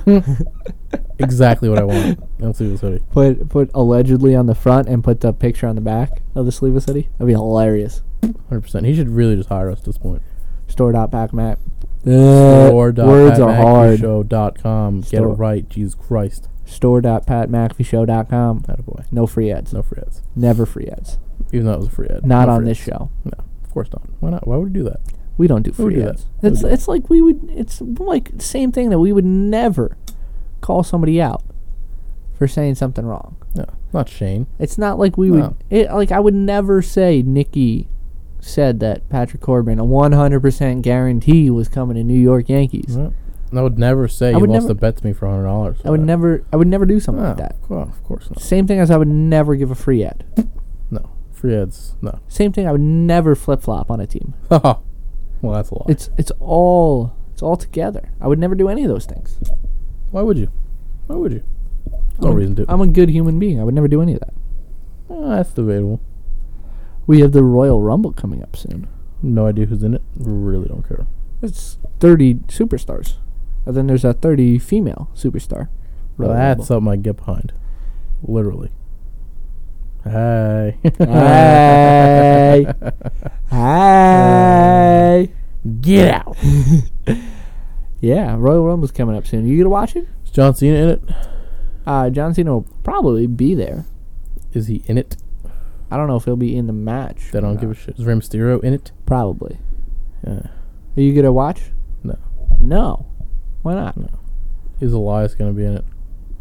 S2: Exactly what I want. on sleeveless hoodie.
S1: put put allegedly on the front and put the picture on the back of the sleeveless hoodie. That'd be hilarious.
S2: 100%. He should really just hire us at this point.
S1: Store dot pack map.
S2: Or dot
S1: words
S2: Pat
S1: are
S2: McAfee
S1: hard.
S2: Show dot com. Get it
S1: Store.
S2: right. Jesus Christ.
S1: Store dot patmcafeeshow.com. com.
S2: Attaboy.
S1: No free ads.
S2: No free ads.
S1: Never free ads.
S2: Even though it was a free ad.
S1: Not
S2: No
S1: on
S2: free
S1: this
S2: ads.
S1: show.
S2: Of course not. Why not? Why would we do that?
S1: We don't do
S2: Who would
S1: free
S2: do
S1: ads.
S2: that? Who would
S1: It's
S2: do that?
S1: it's like we would. It's like same thing that we would never call somebody out for saying something wrong.
S2: No. Not Shane.
S1: It's not like we
S2: No.
S1: would. It, like I would never say Nikki said that Patrick Corbin a 100% guarantee was coming to New York Yankees.
S2: No. And I would never say
S1: I
S2: you
S1: would
S2: lost
S1: never-
S2: a bet to me for hundred dollars.
S1: I would never. I would never do something like that.
S2: of course not.
S1: Same thing as I would never give a free ad.
S2: No. Free ads. No.
S1: Same thing I would never flip flop on a team.
S2: well, that's a lie.
S1: It's it's all it's all together. I would never do any of those things.
S2: Why would you? Why would you? No
S1: I'm a-
S2: reason to.
S1: I'm a good human being. I would never do any of that.
S2: Uh, that's debatable.
S1: We have the Royal Rumble coming up soon.
S2: No idea who's in it. Really don't care.
S1: It's 30 superstars. And then there's a 30 female superstar. Royal
S2: that's
S1: Rumble.
S2: something I get behind. Literally. Hey.
S1: Hey. Hey.
S2: get out.
S1: Yeah, Royal Rumble's coming up soon. You gonna watch it?
S2: Is John Cena in it?
S1: Uh, John Cena will probably be there.
S2: Is he in it?
S1: I don't know if he'll be in the match.
S2: That I don't give a shit. Is Rey Mysterio in it?
S1: Probably.
S2: Yeah.
S1: Are you gonna watch?
S2: No.
S1: No. Why not?
S2: Is Elias gonna be in it?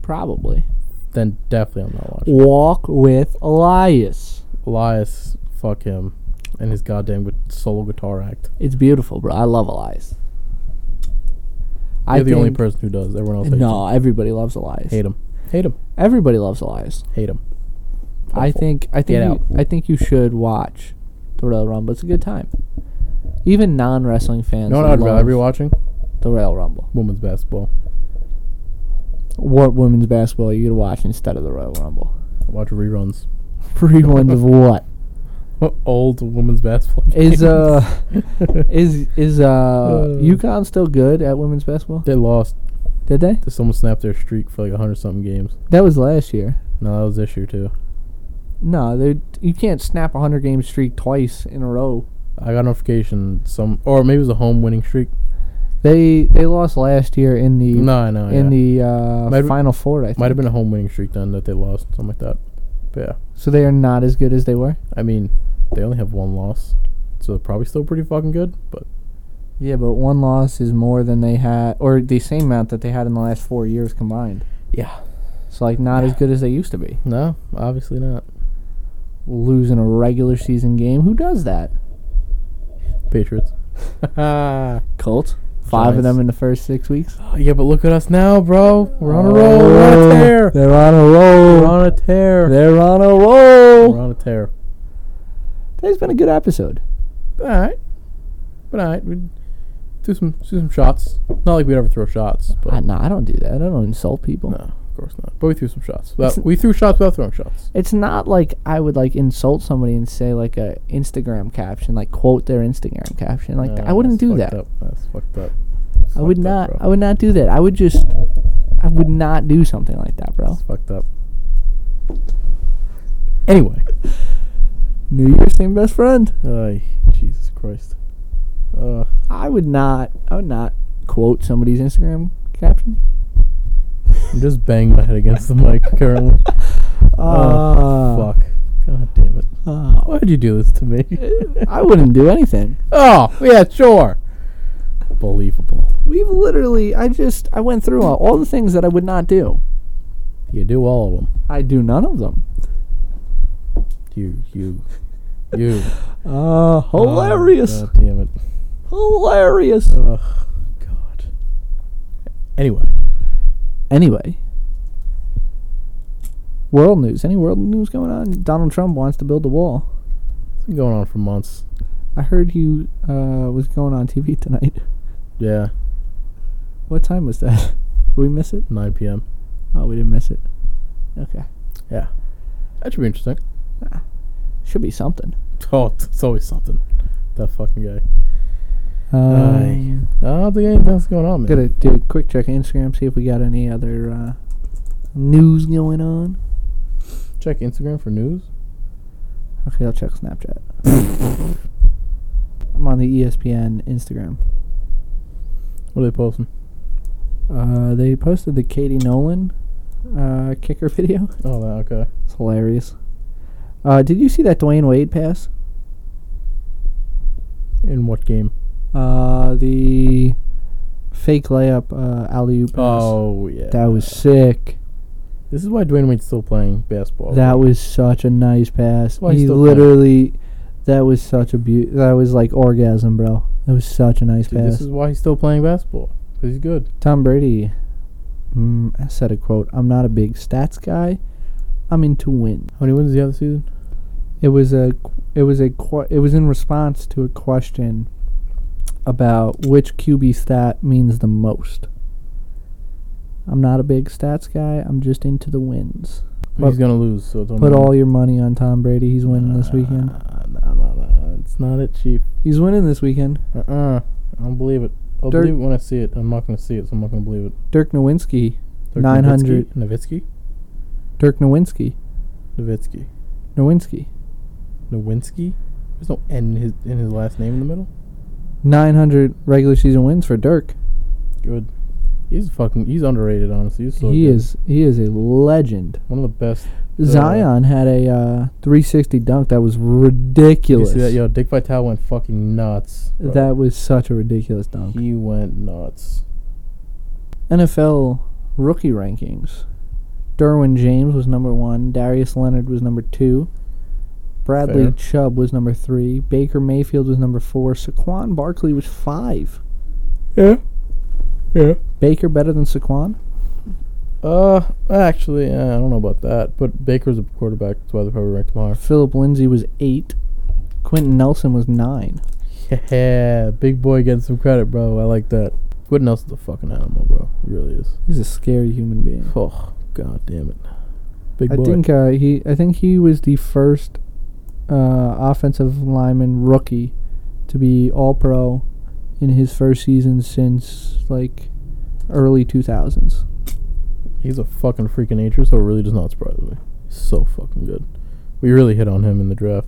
S1: Probably.
S2: Then definitely I'm not watching.
S1: Walk with Elias.
S2: Elias, fuck him, and his goddamn gu- solo guitar act.
S1: It's beautiful, bro. I love Elias.
S2: You're the only person who does. Everyone else hates
S1: No, everybody loves Elias.
S2: him. Hate him. Hate him.
S1: Everybody loves Elias.
S2: Hate him.
S1: I
S2: Awful.
S1: think I think
S2: Get
S1: you,
S2: out.
S1: I think you should watch the Royal Rumble. It's a good time. Even non wrestling fans.
S2: You know what I'd rather
S1: love
S2: be watching?
S1: the Royal Rumble.
S2: Women's basketball.
S1: What women's basketball are you gonna watch instead of the Royal Rumble?
S2: I watch reruns.
S1: Free ones of what?
S2: Old women's basketball.
S1: Is
S2: games.
S1: uh is is uh UConn still good at women's basketball?
S2: they lost?
S1: Did they?
S2: Someone snapped their streak for like hundred something games.
S1: That was last year.
S2: No, that was this year too.
S1: No, they you can't snap a hundred game streak twice in a row.
S2: I got a notification some, or maybe it was a home winning streak.
S1: They they lost last year in the
S2: No, I know.
S1: in
S2: yeah.
S1: the uh,
S2: Might have-
S1: final four. I think.
S2: might have been a home winning streak then that they lost, something like that. But yeah,
S1: So they are not as good as they were.
S2: I mean, they only have one loss, so they're probably still pretty fucking good. But
S1: Yeah, but one loss is more than they had, or the same amount that they had in the last four years combined.
S2: yeah,
S1: So like not as good as they used to be.
S2: no, obviously not.
S1: Losing a regular season game, who does that?
S2: Patriots. yeah,
S1: Colts. Five of
S2: Giants.
S1: them in the first six weeks.
S2: but look at us now, bro. We're on a roll. We're on a tear.
S1: They're on a roll.
S2: We're on a tear.
S1: They're on a
S2: We're
S1: roll.
S2: on a tear.
S1: Today's been a good episode.
S2: All right, but all right, we do some do some shots. Not like we'd ever throw shots, but
S1: I, no, I don't do that. I don't insult people.
S2: no, of course not. But we threw some shots. Well,
S1: It's-
S2: we threw shots without throwing shots.
S1: It's not like I would like insult somebody and say like a Instagram caption, like quote their Instagram caption. Like
S2: No,
S1: I wouldn't
S2: that's
S1: do
S2: fucked
S1: that.
S2: Up. That's fucked up.
S1: I would
S2: fucked
S1: not.
S2: up, bro.
S1: I would not do that. I would just. I would not do something like that, bro.
S2: It's fucked up. Anyway,
S1: New Year's same best friend.
S2: Ay, Jesus Christ. Uh,
S1: I would not. I would not quote somebody's Instagram caption.
S2: I'm just banging my head against the mic currently. Oh,
S1: Uh,
S2: Fuck. God damn it.
S1: uh,
S2: Why'd you do this to me?
S1: I wouldn't do anything.
S2: oh, yeah, sure. Believable.
S1: We've literally. I just. I went through all, all the things that I would not do.
S2: You do all of them.
S1: I do none of them.
S2: You, you, you.
S1: Uh, hilarious.
S2: Oh, God damn it.
S1: hilarious.
S2: Ugh, God. Anyway,
S1: Anyway, world news. Any world news going on? Donald Trump wants to build a wall.
S2: it's been going on for months.
S1: I heard he uh, was going on TV tonight.
S2: Yeah,
S1: What time was that? Did we miss it?
S2: 9 p.m.
S1: Oh, we didn't miss it. Okay. Ah,
S2: Yeah. That should be interesting.
S1: Should be something.
S2: Oh, it's- it's always something. That fucking guy. Aye.
S1: Um,
S2: I don't think anything else going on, man.
S1: Gotta do a quick check of Instagram, see if we got any other uh, news going on.
S2: Check Instagram for news.
S1: Okay, I'll check Snapchat. I'm on the E ESPN Instagram.
S2: What are they posting?
S1: Uh, they posted the Katie Nolan uh, kicker video.
S2: Oh, that okay.
S1: It's hilarious. Uh, did you see that Dwayne Wade pass?
S2: In what game?
S1: Uh, the fake layup uh, alley oop pass.
S2: Oh yeah.
S1: That was sick.
S2: This is why Dwayne Wade's still playing basketball.
S1: That was such a nice pass.
S2: Why he's
S1: he
S2: still playing.
S1: literally, that was such a beaut. That was like orgasm, bro. That was such a nice
S2: Dude,
S1: pass.
S2: this is why he's still playing basketball. 'Cause he's good.
S1: Tom Brady. Mm, I said a quote. I'm not a big stats guy. I'm into wins.
S2: How many wins do you have this season?
S1: It was a it was a que- it was in response to a question about which QB stat means the most. I'm not a big stats guy. I'm just into the wins.
S2: he's
S1: Put-
S2: gonna lose. So don't
S1: Put
S2: matter.
S1: all your money on Tom Brady. He's winning this weekend.
S2: Nah, nah, nah, nah. It's not it, cheap.
S1: He's winning this weekend.
S2: Uh uh I don't believe it. I'll
S1: Dirk-
S2: believe it when I see it. I'm not gonna see it, so I'm not gonna believe it.
S1: Dirk Nowinski.
S2: Dirk
S1: 900.
S2: Nowitzki.
S1: Dirk Nowinski.
S2: Nowitzki.
S1: Nowinski.
S2: Nowitzki. Nowinski. There's no N in his in his last name in the middle.
S1: 900 regular season wins for Dirk.
S2: Good. He's fucking. He's underrated, honestly. He's so
S1: he
S2: good.
S1: is he is a legend.
S2: one of the best. uh,
S1: Zion had a uh, 360 dunk that was
S2: You
S1: ridiculous.
S2: see that? Yo, Dick Vitale went fucking nuts. bro.
S1: That was such a ridiculous dunk.
S2: he went nuts.
S1: NFL rookie rankings. Derwin James was number one. Darius Leonard was number two. Bradley
S2: Fair.
S1: Chubb was number three. Baker Mayfield was number four. Saquon Barkley was five.
S2: Yeah. Yeah.
S1: Baker better than Saquon?
S2: Uh, actually, uh, I don't know about that. But Baker's a quarterback. That's why they probably ranked him higher.
S1: Philip Lindsay was eight. Quentin Nelson was nine.
S2: Yeah, big boy getting some credit, bro. I like that. Quentin Nelson's a fucking animal, bro. He really is.
S1: He's a scary human being.
S2: Oh, god damn it. Big
S1: I
S2: boy.
S1: think uh, he. I think he was the first uh, offensive lineman rookie to be All Pro in his first season since like early two thousands.
S2: He's a fucking freak of nature, so it really does not surprise me. He's so fucking good. We really hit on him in the draft.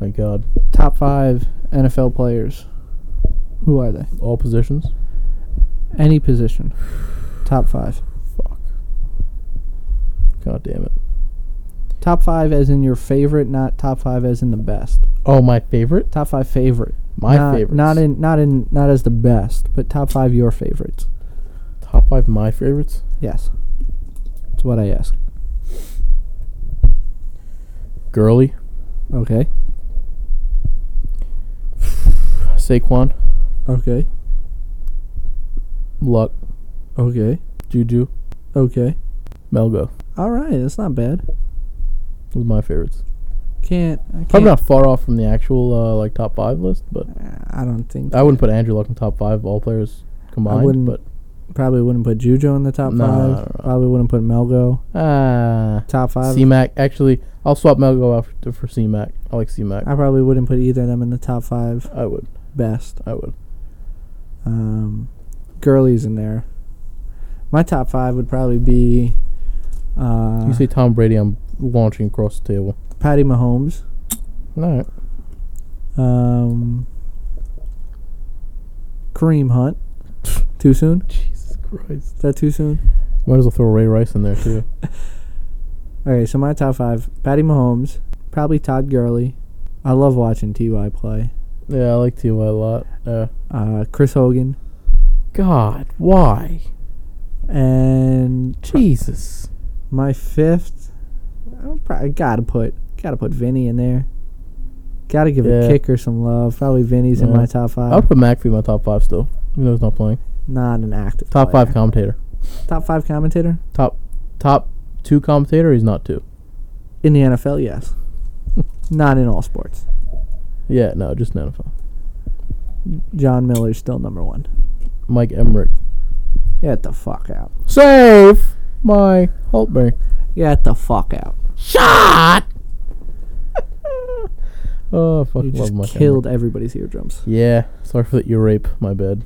S2: My god.
S1: Top five NFL players. Who are they?
S2: All positions?
S1: Any position. Top five.
S2: Fuck. God damn it.
S1: Top five as in your favorite, not top five as in the best.
S2: Oh, my favorite?
S1: Top five favorite.
S2: My
S1: not,
S2: favorites.
S1: Not in. Not in. Not as the best, but top five your favorites.
S2: top five my favorites?
S1: Yes. That's what I ask.
S2: Gurley,
S1: Okay.
S2: Saquon,
S1: Okay.
S2: Luck,
S1: Okay.
S2: Juju,
S1: Okay.
S2: Melgo.
S1: All right, that's not bad.
S2: Those are my favorites.
S1: Can't I can't. uh,
S2: Probably not far off from the actual uh, like top five list, but
S1: I don't think.
S2: I wouldn't put Andrew Luck in top five of all players combined.
S1: wouldn't.
S2: But
S1: Probably wouldn't put Juju in the top
S2: No,
S1: five.
S2: no, no, no.
S1: Probably wouldn't put Melgo
S2: ah,
S1: top five.
S2: C Mac. Actually, I'll swap Melgo out for, for C Mac. I like C Mac.
S1: I probably wouldn't put either of them in the top five
S2: I would.
S1: best.
S2: I would.
S1: Um, Gurley's in there. My top five would probably be uh,
S2: you say Tom Brady? I'm launching across the table.
S1: Patty Mahomes,
S2: All right.
S1: um, Kareem Hunt. Too soon?
S2: Jesus Christ.
S1: Is that too soon?
S2: Might as well throw Ray Rice in there too.
S1: Okay, so my top five: Patty Mahomes, probably Todd Gurley. I love watching Ty play.
S2: yeah, I like Ty a lot. Yeah.
S1: Uh, Chris Hogan
S2: God, why?
S1: and
S2: Jesus.
S1: my fifth. I probably gotta put gotta put Vinny in there. Gotta give
S2: Yeah.
S1: a kicker some love. Probably Vinny's in
S2: Yeah.
S1: my top
S2: I would
S1: five.
S2: put McAfee in my top five still, even though he's not playing.
S1: Not an active
S2: Top
S1: player.
S2: five commentator.
S1: Top five commentator
S2: Top top two commentator. He's not two.
S1: in the NFL. Yes, not in all sports.
S2: Yeah, no, just in NFL.
S1: John Miller's still number one.
S2: Mike Emmerich.
S1: Get the fuck out.
S2: Save my Hultberry.
S1: Get the fuck out.
S2: Shot. oh, I fucking
S1: You
S2: love
S1: just
S2: Mike.
S1: killed everybody's eardrums.
S2: Emmerich. Yeah, sorry for that. You rape my bed.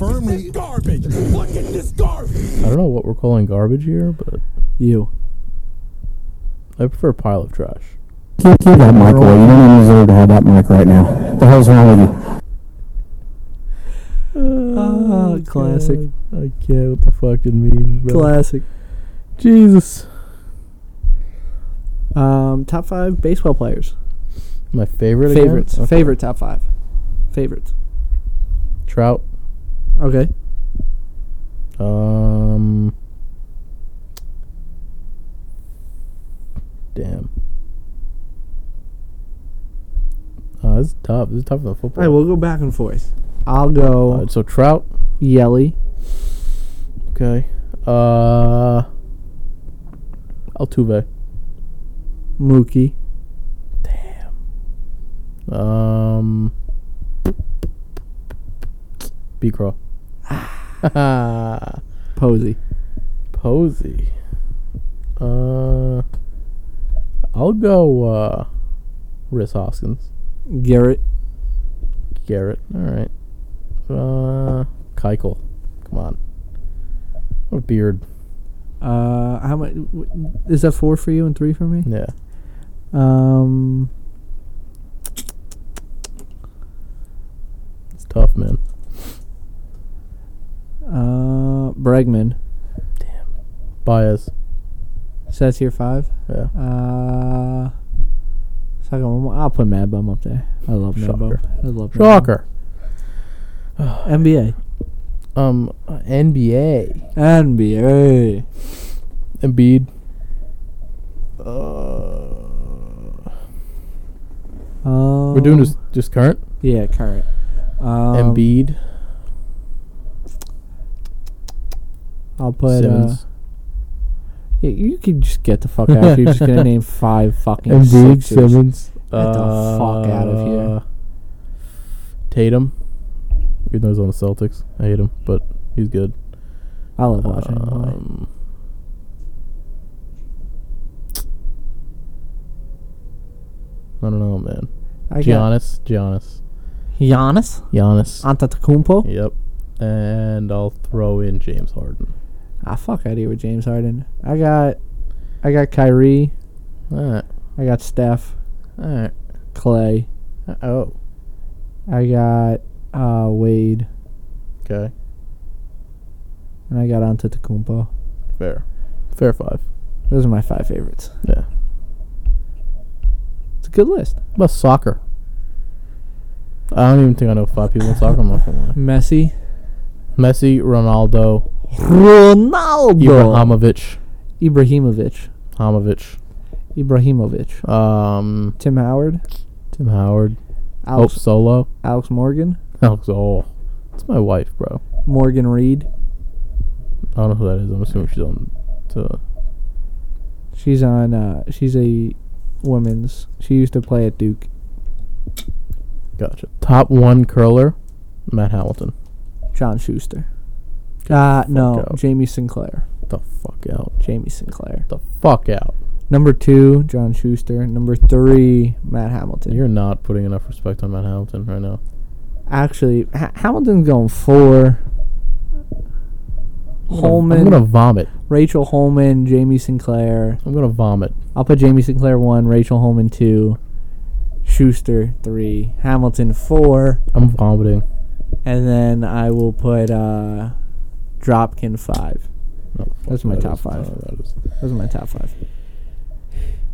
S4: Firmly. garbage. Look at this garbage.
S2: I don't know what we're calling garbage here, but
S1: You.
S2: I prefer pile of trash.
S5: Keep, keep that mic away. You don't even deserve to have that mic right now. the hell's wrong with you?
S1: Ah, classic.
S2: Oh, God, I can't with the fucking memes, bro.
S1: Classic.
S2: Jesus.
S1: Um, top five baseball players.
S2: My favorite. again?
S1: Favorites.
S2: Okay.
S1: Favorite top five. Favorites.
S2: Trout.
S1: Okay.
S2: Um, Damn. Uh, this is tough. This is tougher than
S1: All
S2: football.
S1: right, we'll go back and forth. Uh, I'll go
S2: Alright, so Trout.
S1: Yelly.
S2: Okay. Uh, Altuve.
S1: Mookie.
S2: Um, B crawl.
S1: Uh, Posey.
S2: Posey. Uh, I'll go. Uh, Riss Hoskins.
S1: Garrett.
S2: Garrett. All right. Uh, Keuchel. Come on. Or Beard.
S1: Uh, how much is that? Four for you and three for me.
S2: Yeah.
S1: Um,
S2: It's tough, man.
S1: uh, Bregman.
S2: Bias.
S1: So that's your five.
S2: Yeah.
S1: Uh, second one. more- I'll put Mad Bum up there. I love Mad Bum.
S2: Shocker.
S1: I love Mad Bum.
S2: Shocker.
S1: NBA.
S2: Um, NBA.
S1: NBA.
S2: Embiid. Uh,
S1: Um,
S2: we're doing just just current.
S1: Yeah, current. Um,
S2: Embiid.
S1: I'll put. Uh,
S2: Simmons.
S1: yeah, you can just get the fuck out. of here. You're just gonna name five fucking
S2: Embiid.
S1: Sixers.
S2: Simmons.
S1: Get the fuck out of here.
S2: Uh, Tatum. Even though he's on the Celtics, I hate him, but he's good.
S1: I love watching. him play.
S2: Um, I don't know, man.
S1: I got
S2: Giannis, Giannis,
S1: Giannis
S2: Giannis.
S1: Antetokounmpo.
S2: yep. And I'll throw in James Harden.
S1: Ah, fuck out of here with James Harden. I got, I got Kyrie.
S2: All right,
S1: I got Steph,
S2: all right.
S1: Clay.
S2: Oh,
S1: I got uh, Wade,
S2: okay.
S1: and I got Antetokounmpo.
S2: Fair, fair five.
S1: Those are my five favorites.
S2: Yeah.
S1: It's a good list.
S2: What about soccer? I don't even think I know five people in soccer. I'm not gonna lie.
S1: Messi,
S2: Messi, Ronaldo,
S1: Ronaldo,
S2: Ibrahimovic,
S1: Ibrahimovic,
S2: Hamovic,
S1: Ibrahimovic,
S2: um,
S1: Tim Howard,
S2: Tim Howard, Hope
S1: Alex,
S2: Solo.
S1: Alex Morgan,
S2: Alex Oh, it's my wife, bro.
S1: Morgan Reed.
S2: I don't know who that is. I'm assuming she's on to
S1: She's on. Uh, she's a women's. She used to play at Duke.
S2: Gotcha. Top one curler, Matt Hamilton.
S1: John Schuster. Uh, no,
S2: out.
S1: Jamie Sinclair.
S2: The fuck out.
S1: Jamie Sinclair.
S2: The fuck out.
S1: Number two, John Schuster. Number three, Matt Hamilton.
S2: You're not putting enough respect on Matt Hamilton right now.
S1: Actually, ha- Hamilton's going four.
S2: I'm
S1: Holman,
S2: gonna vomit.
S1: Rachel Holman, Jamie Sinclair.
S2: I'm gonna vomit.
S1: I'll put Jamie Sinclair one, Rachel Holman two, Schuster three, Hamilton four,
S2: I'm vomiting.
S1: and then I will put uh, Dropkin five.
S2: No, Oh, fuck
S1: That's my
S2: that
S1: top
S2: is.
S1: five.
S2: No, that is-
S1: Those are my top five.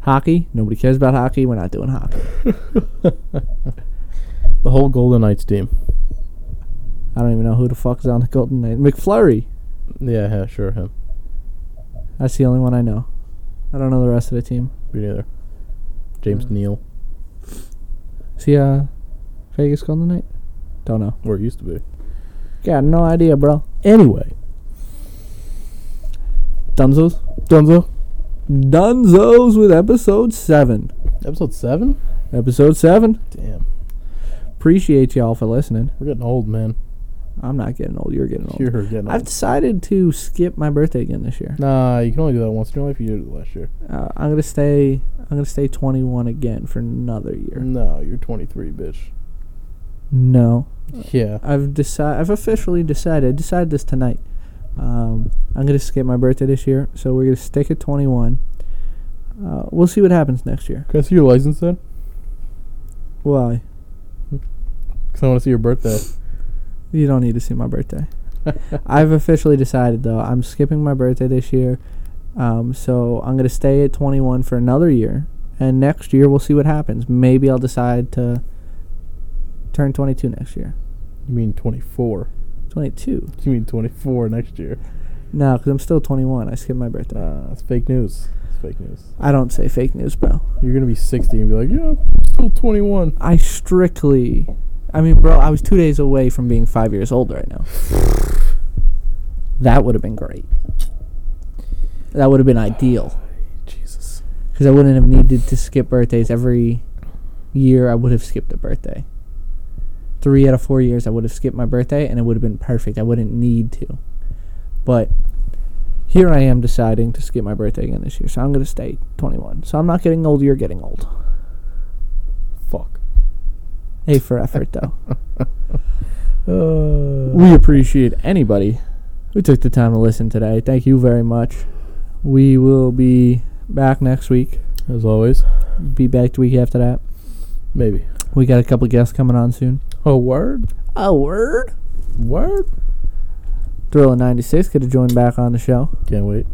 S1: Hockey. Nobody cares about hockey. We're not doing hockey.
S2: The whole Golden Knights team.
S1: I don't even know who the fuck is on the Golden Knights. McFlurry.
S2: Yeah, yeah, sure him.
S1: That's the only one I know. I don't know the rest of the team.
S2: Me neither. James
S1: Mm.
S2: Neal,
S1: See, uh, Vegas Golden Knight. Don't know.
S2: or it used to be.
S1: Got no idea, bro.
S2: Anyway,
S1: Dunzos.
S2: Dunzo,
S1: Dunzos with episode seven.
S2: episode seven.
S1: Episode seven.
S2: Damn,
S1: Appreciate y'all for listening.
S2: we're getting old, man.
S1: I'm not getting old. You're getting old.
S2: You're getting old.
S1: I've decided to skip my birthday again this year.
S2: nah, you can only do that once in your life. You did it last year.
S1: Uh, I'm gonna stay. I'm gonna stay 21 again for another year.
S2: No, you're 23, bitch.
S1: No,
S2: Yeah.
S1: I've decided. I've officially decided. Decided this tonight. Um, I'm gonna skip my birthday this year, so we're gonna stick at 21. Uh, we'll see what happens next year.
S2: Can I see your license then?
S1: Why?
S2: Because I want to see your birthday.
S1: You don't need to see my birthday. I've officially decided though. I'm skipping my birthday this year, um, so I'm gonna stay at 21 for another year, and next year we'll see what happens. Maybe I'll decide to turn 22 next year.
S2: you mean 24.
S1: 22.
S2: You mean 24 next year.
S1: No, because I'm still 21. I skipped my birthday.
S2: Uh, it's fake news. It's fake news.
S1: I don't say fake news, bro.
S2: You're gonna be 60 and be like, yeah, still 21.
S1: I strictly. I mean, bro, I was two days away from being five years old right now. That would have been great. That would have been ideal.
S2: Jesus.
S1: Because I wouldn't have needed to skip birthdays every year. I would have skipped a birthday. Three out of four years, I would have skipped my birthday, and it would have been perfect. I wouldn't need to. But here I am deciding to skip my birthday again this year, so I'm going to stay 21. So I'm not getting old. You're getting old.
S2: Fuck.
S1: A for effort, though.
S2: Uh,
S1: we appreciate anybody who took the time to listen today. Thank you very much. We will be back next week.
S2: as always,
S1: Be back the week after that.
S2: maybe.
S1: We got a couple guests coming on soon.
S2: Oh, word?
S1: A word.
S2: Word?
S1: Thriller ninety six could have joined back on the show.
S2: Can't wait.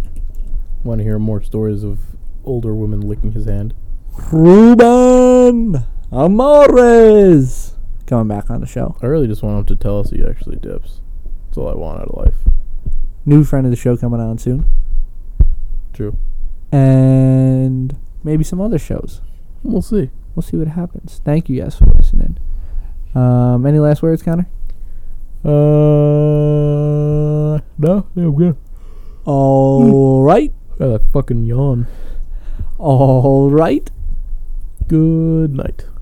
S2: Want to hear more stories of older women licking his hand?
S1: Ruben Amores coming back on the show.
S2: I really just want him to tell us he actually dips. That's all I want out of life.
S1: New friend of the show coming on soon,
S2: True.
S1: and maybe some other shows.
S2: We'll see.
S1: We'll see what happens. Thank you guys for listening. Um, any last words, Connor?
S2: Uh, no, yeah, I'm good.
S1: All right.
S2: Got that fucking yawn.
S1: All right.
S2: Good night.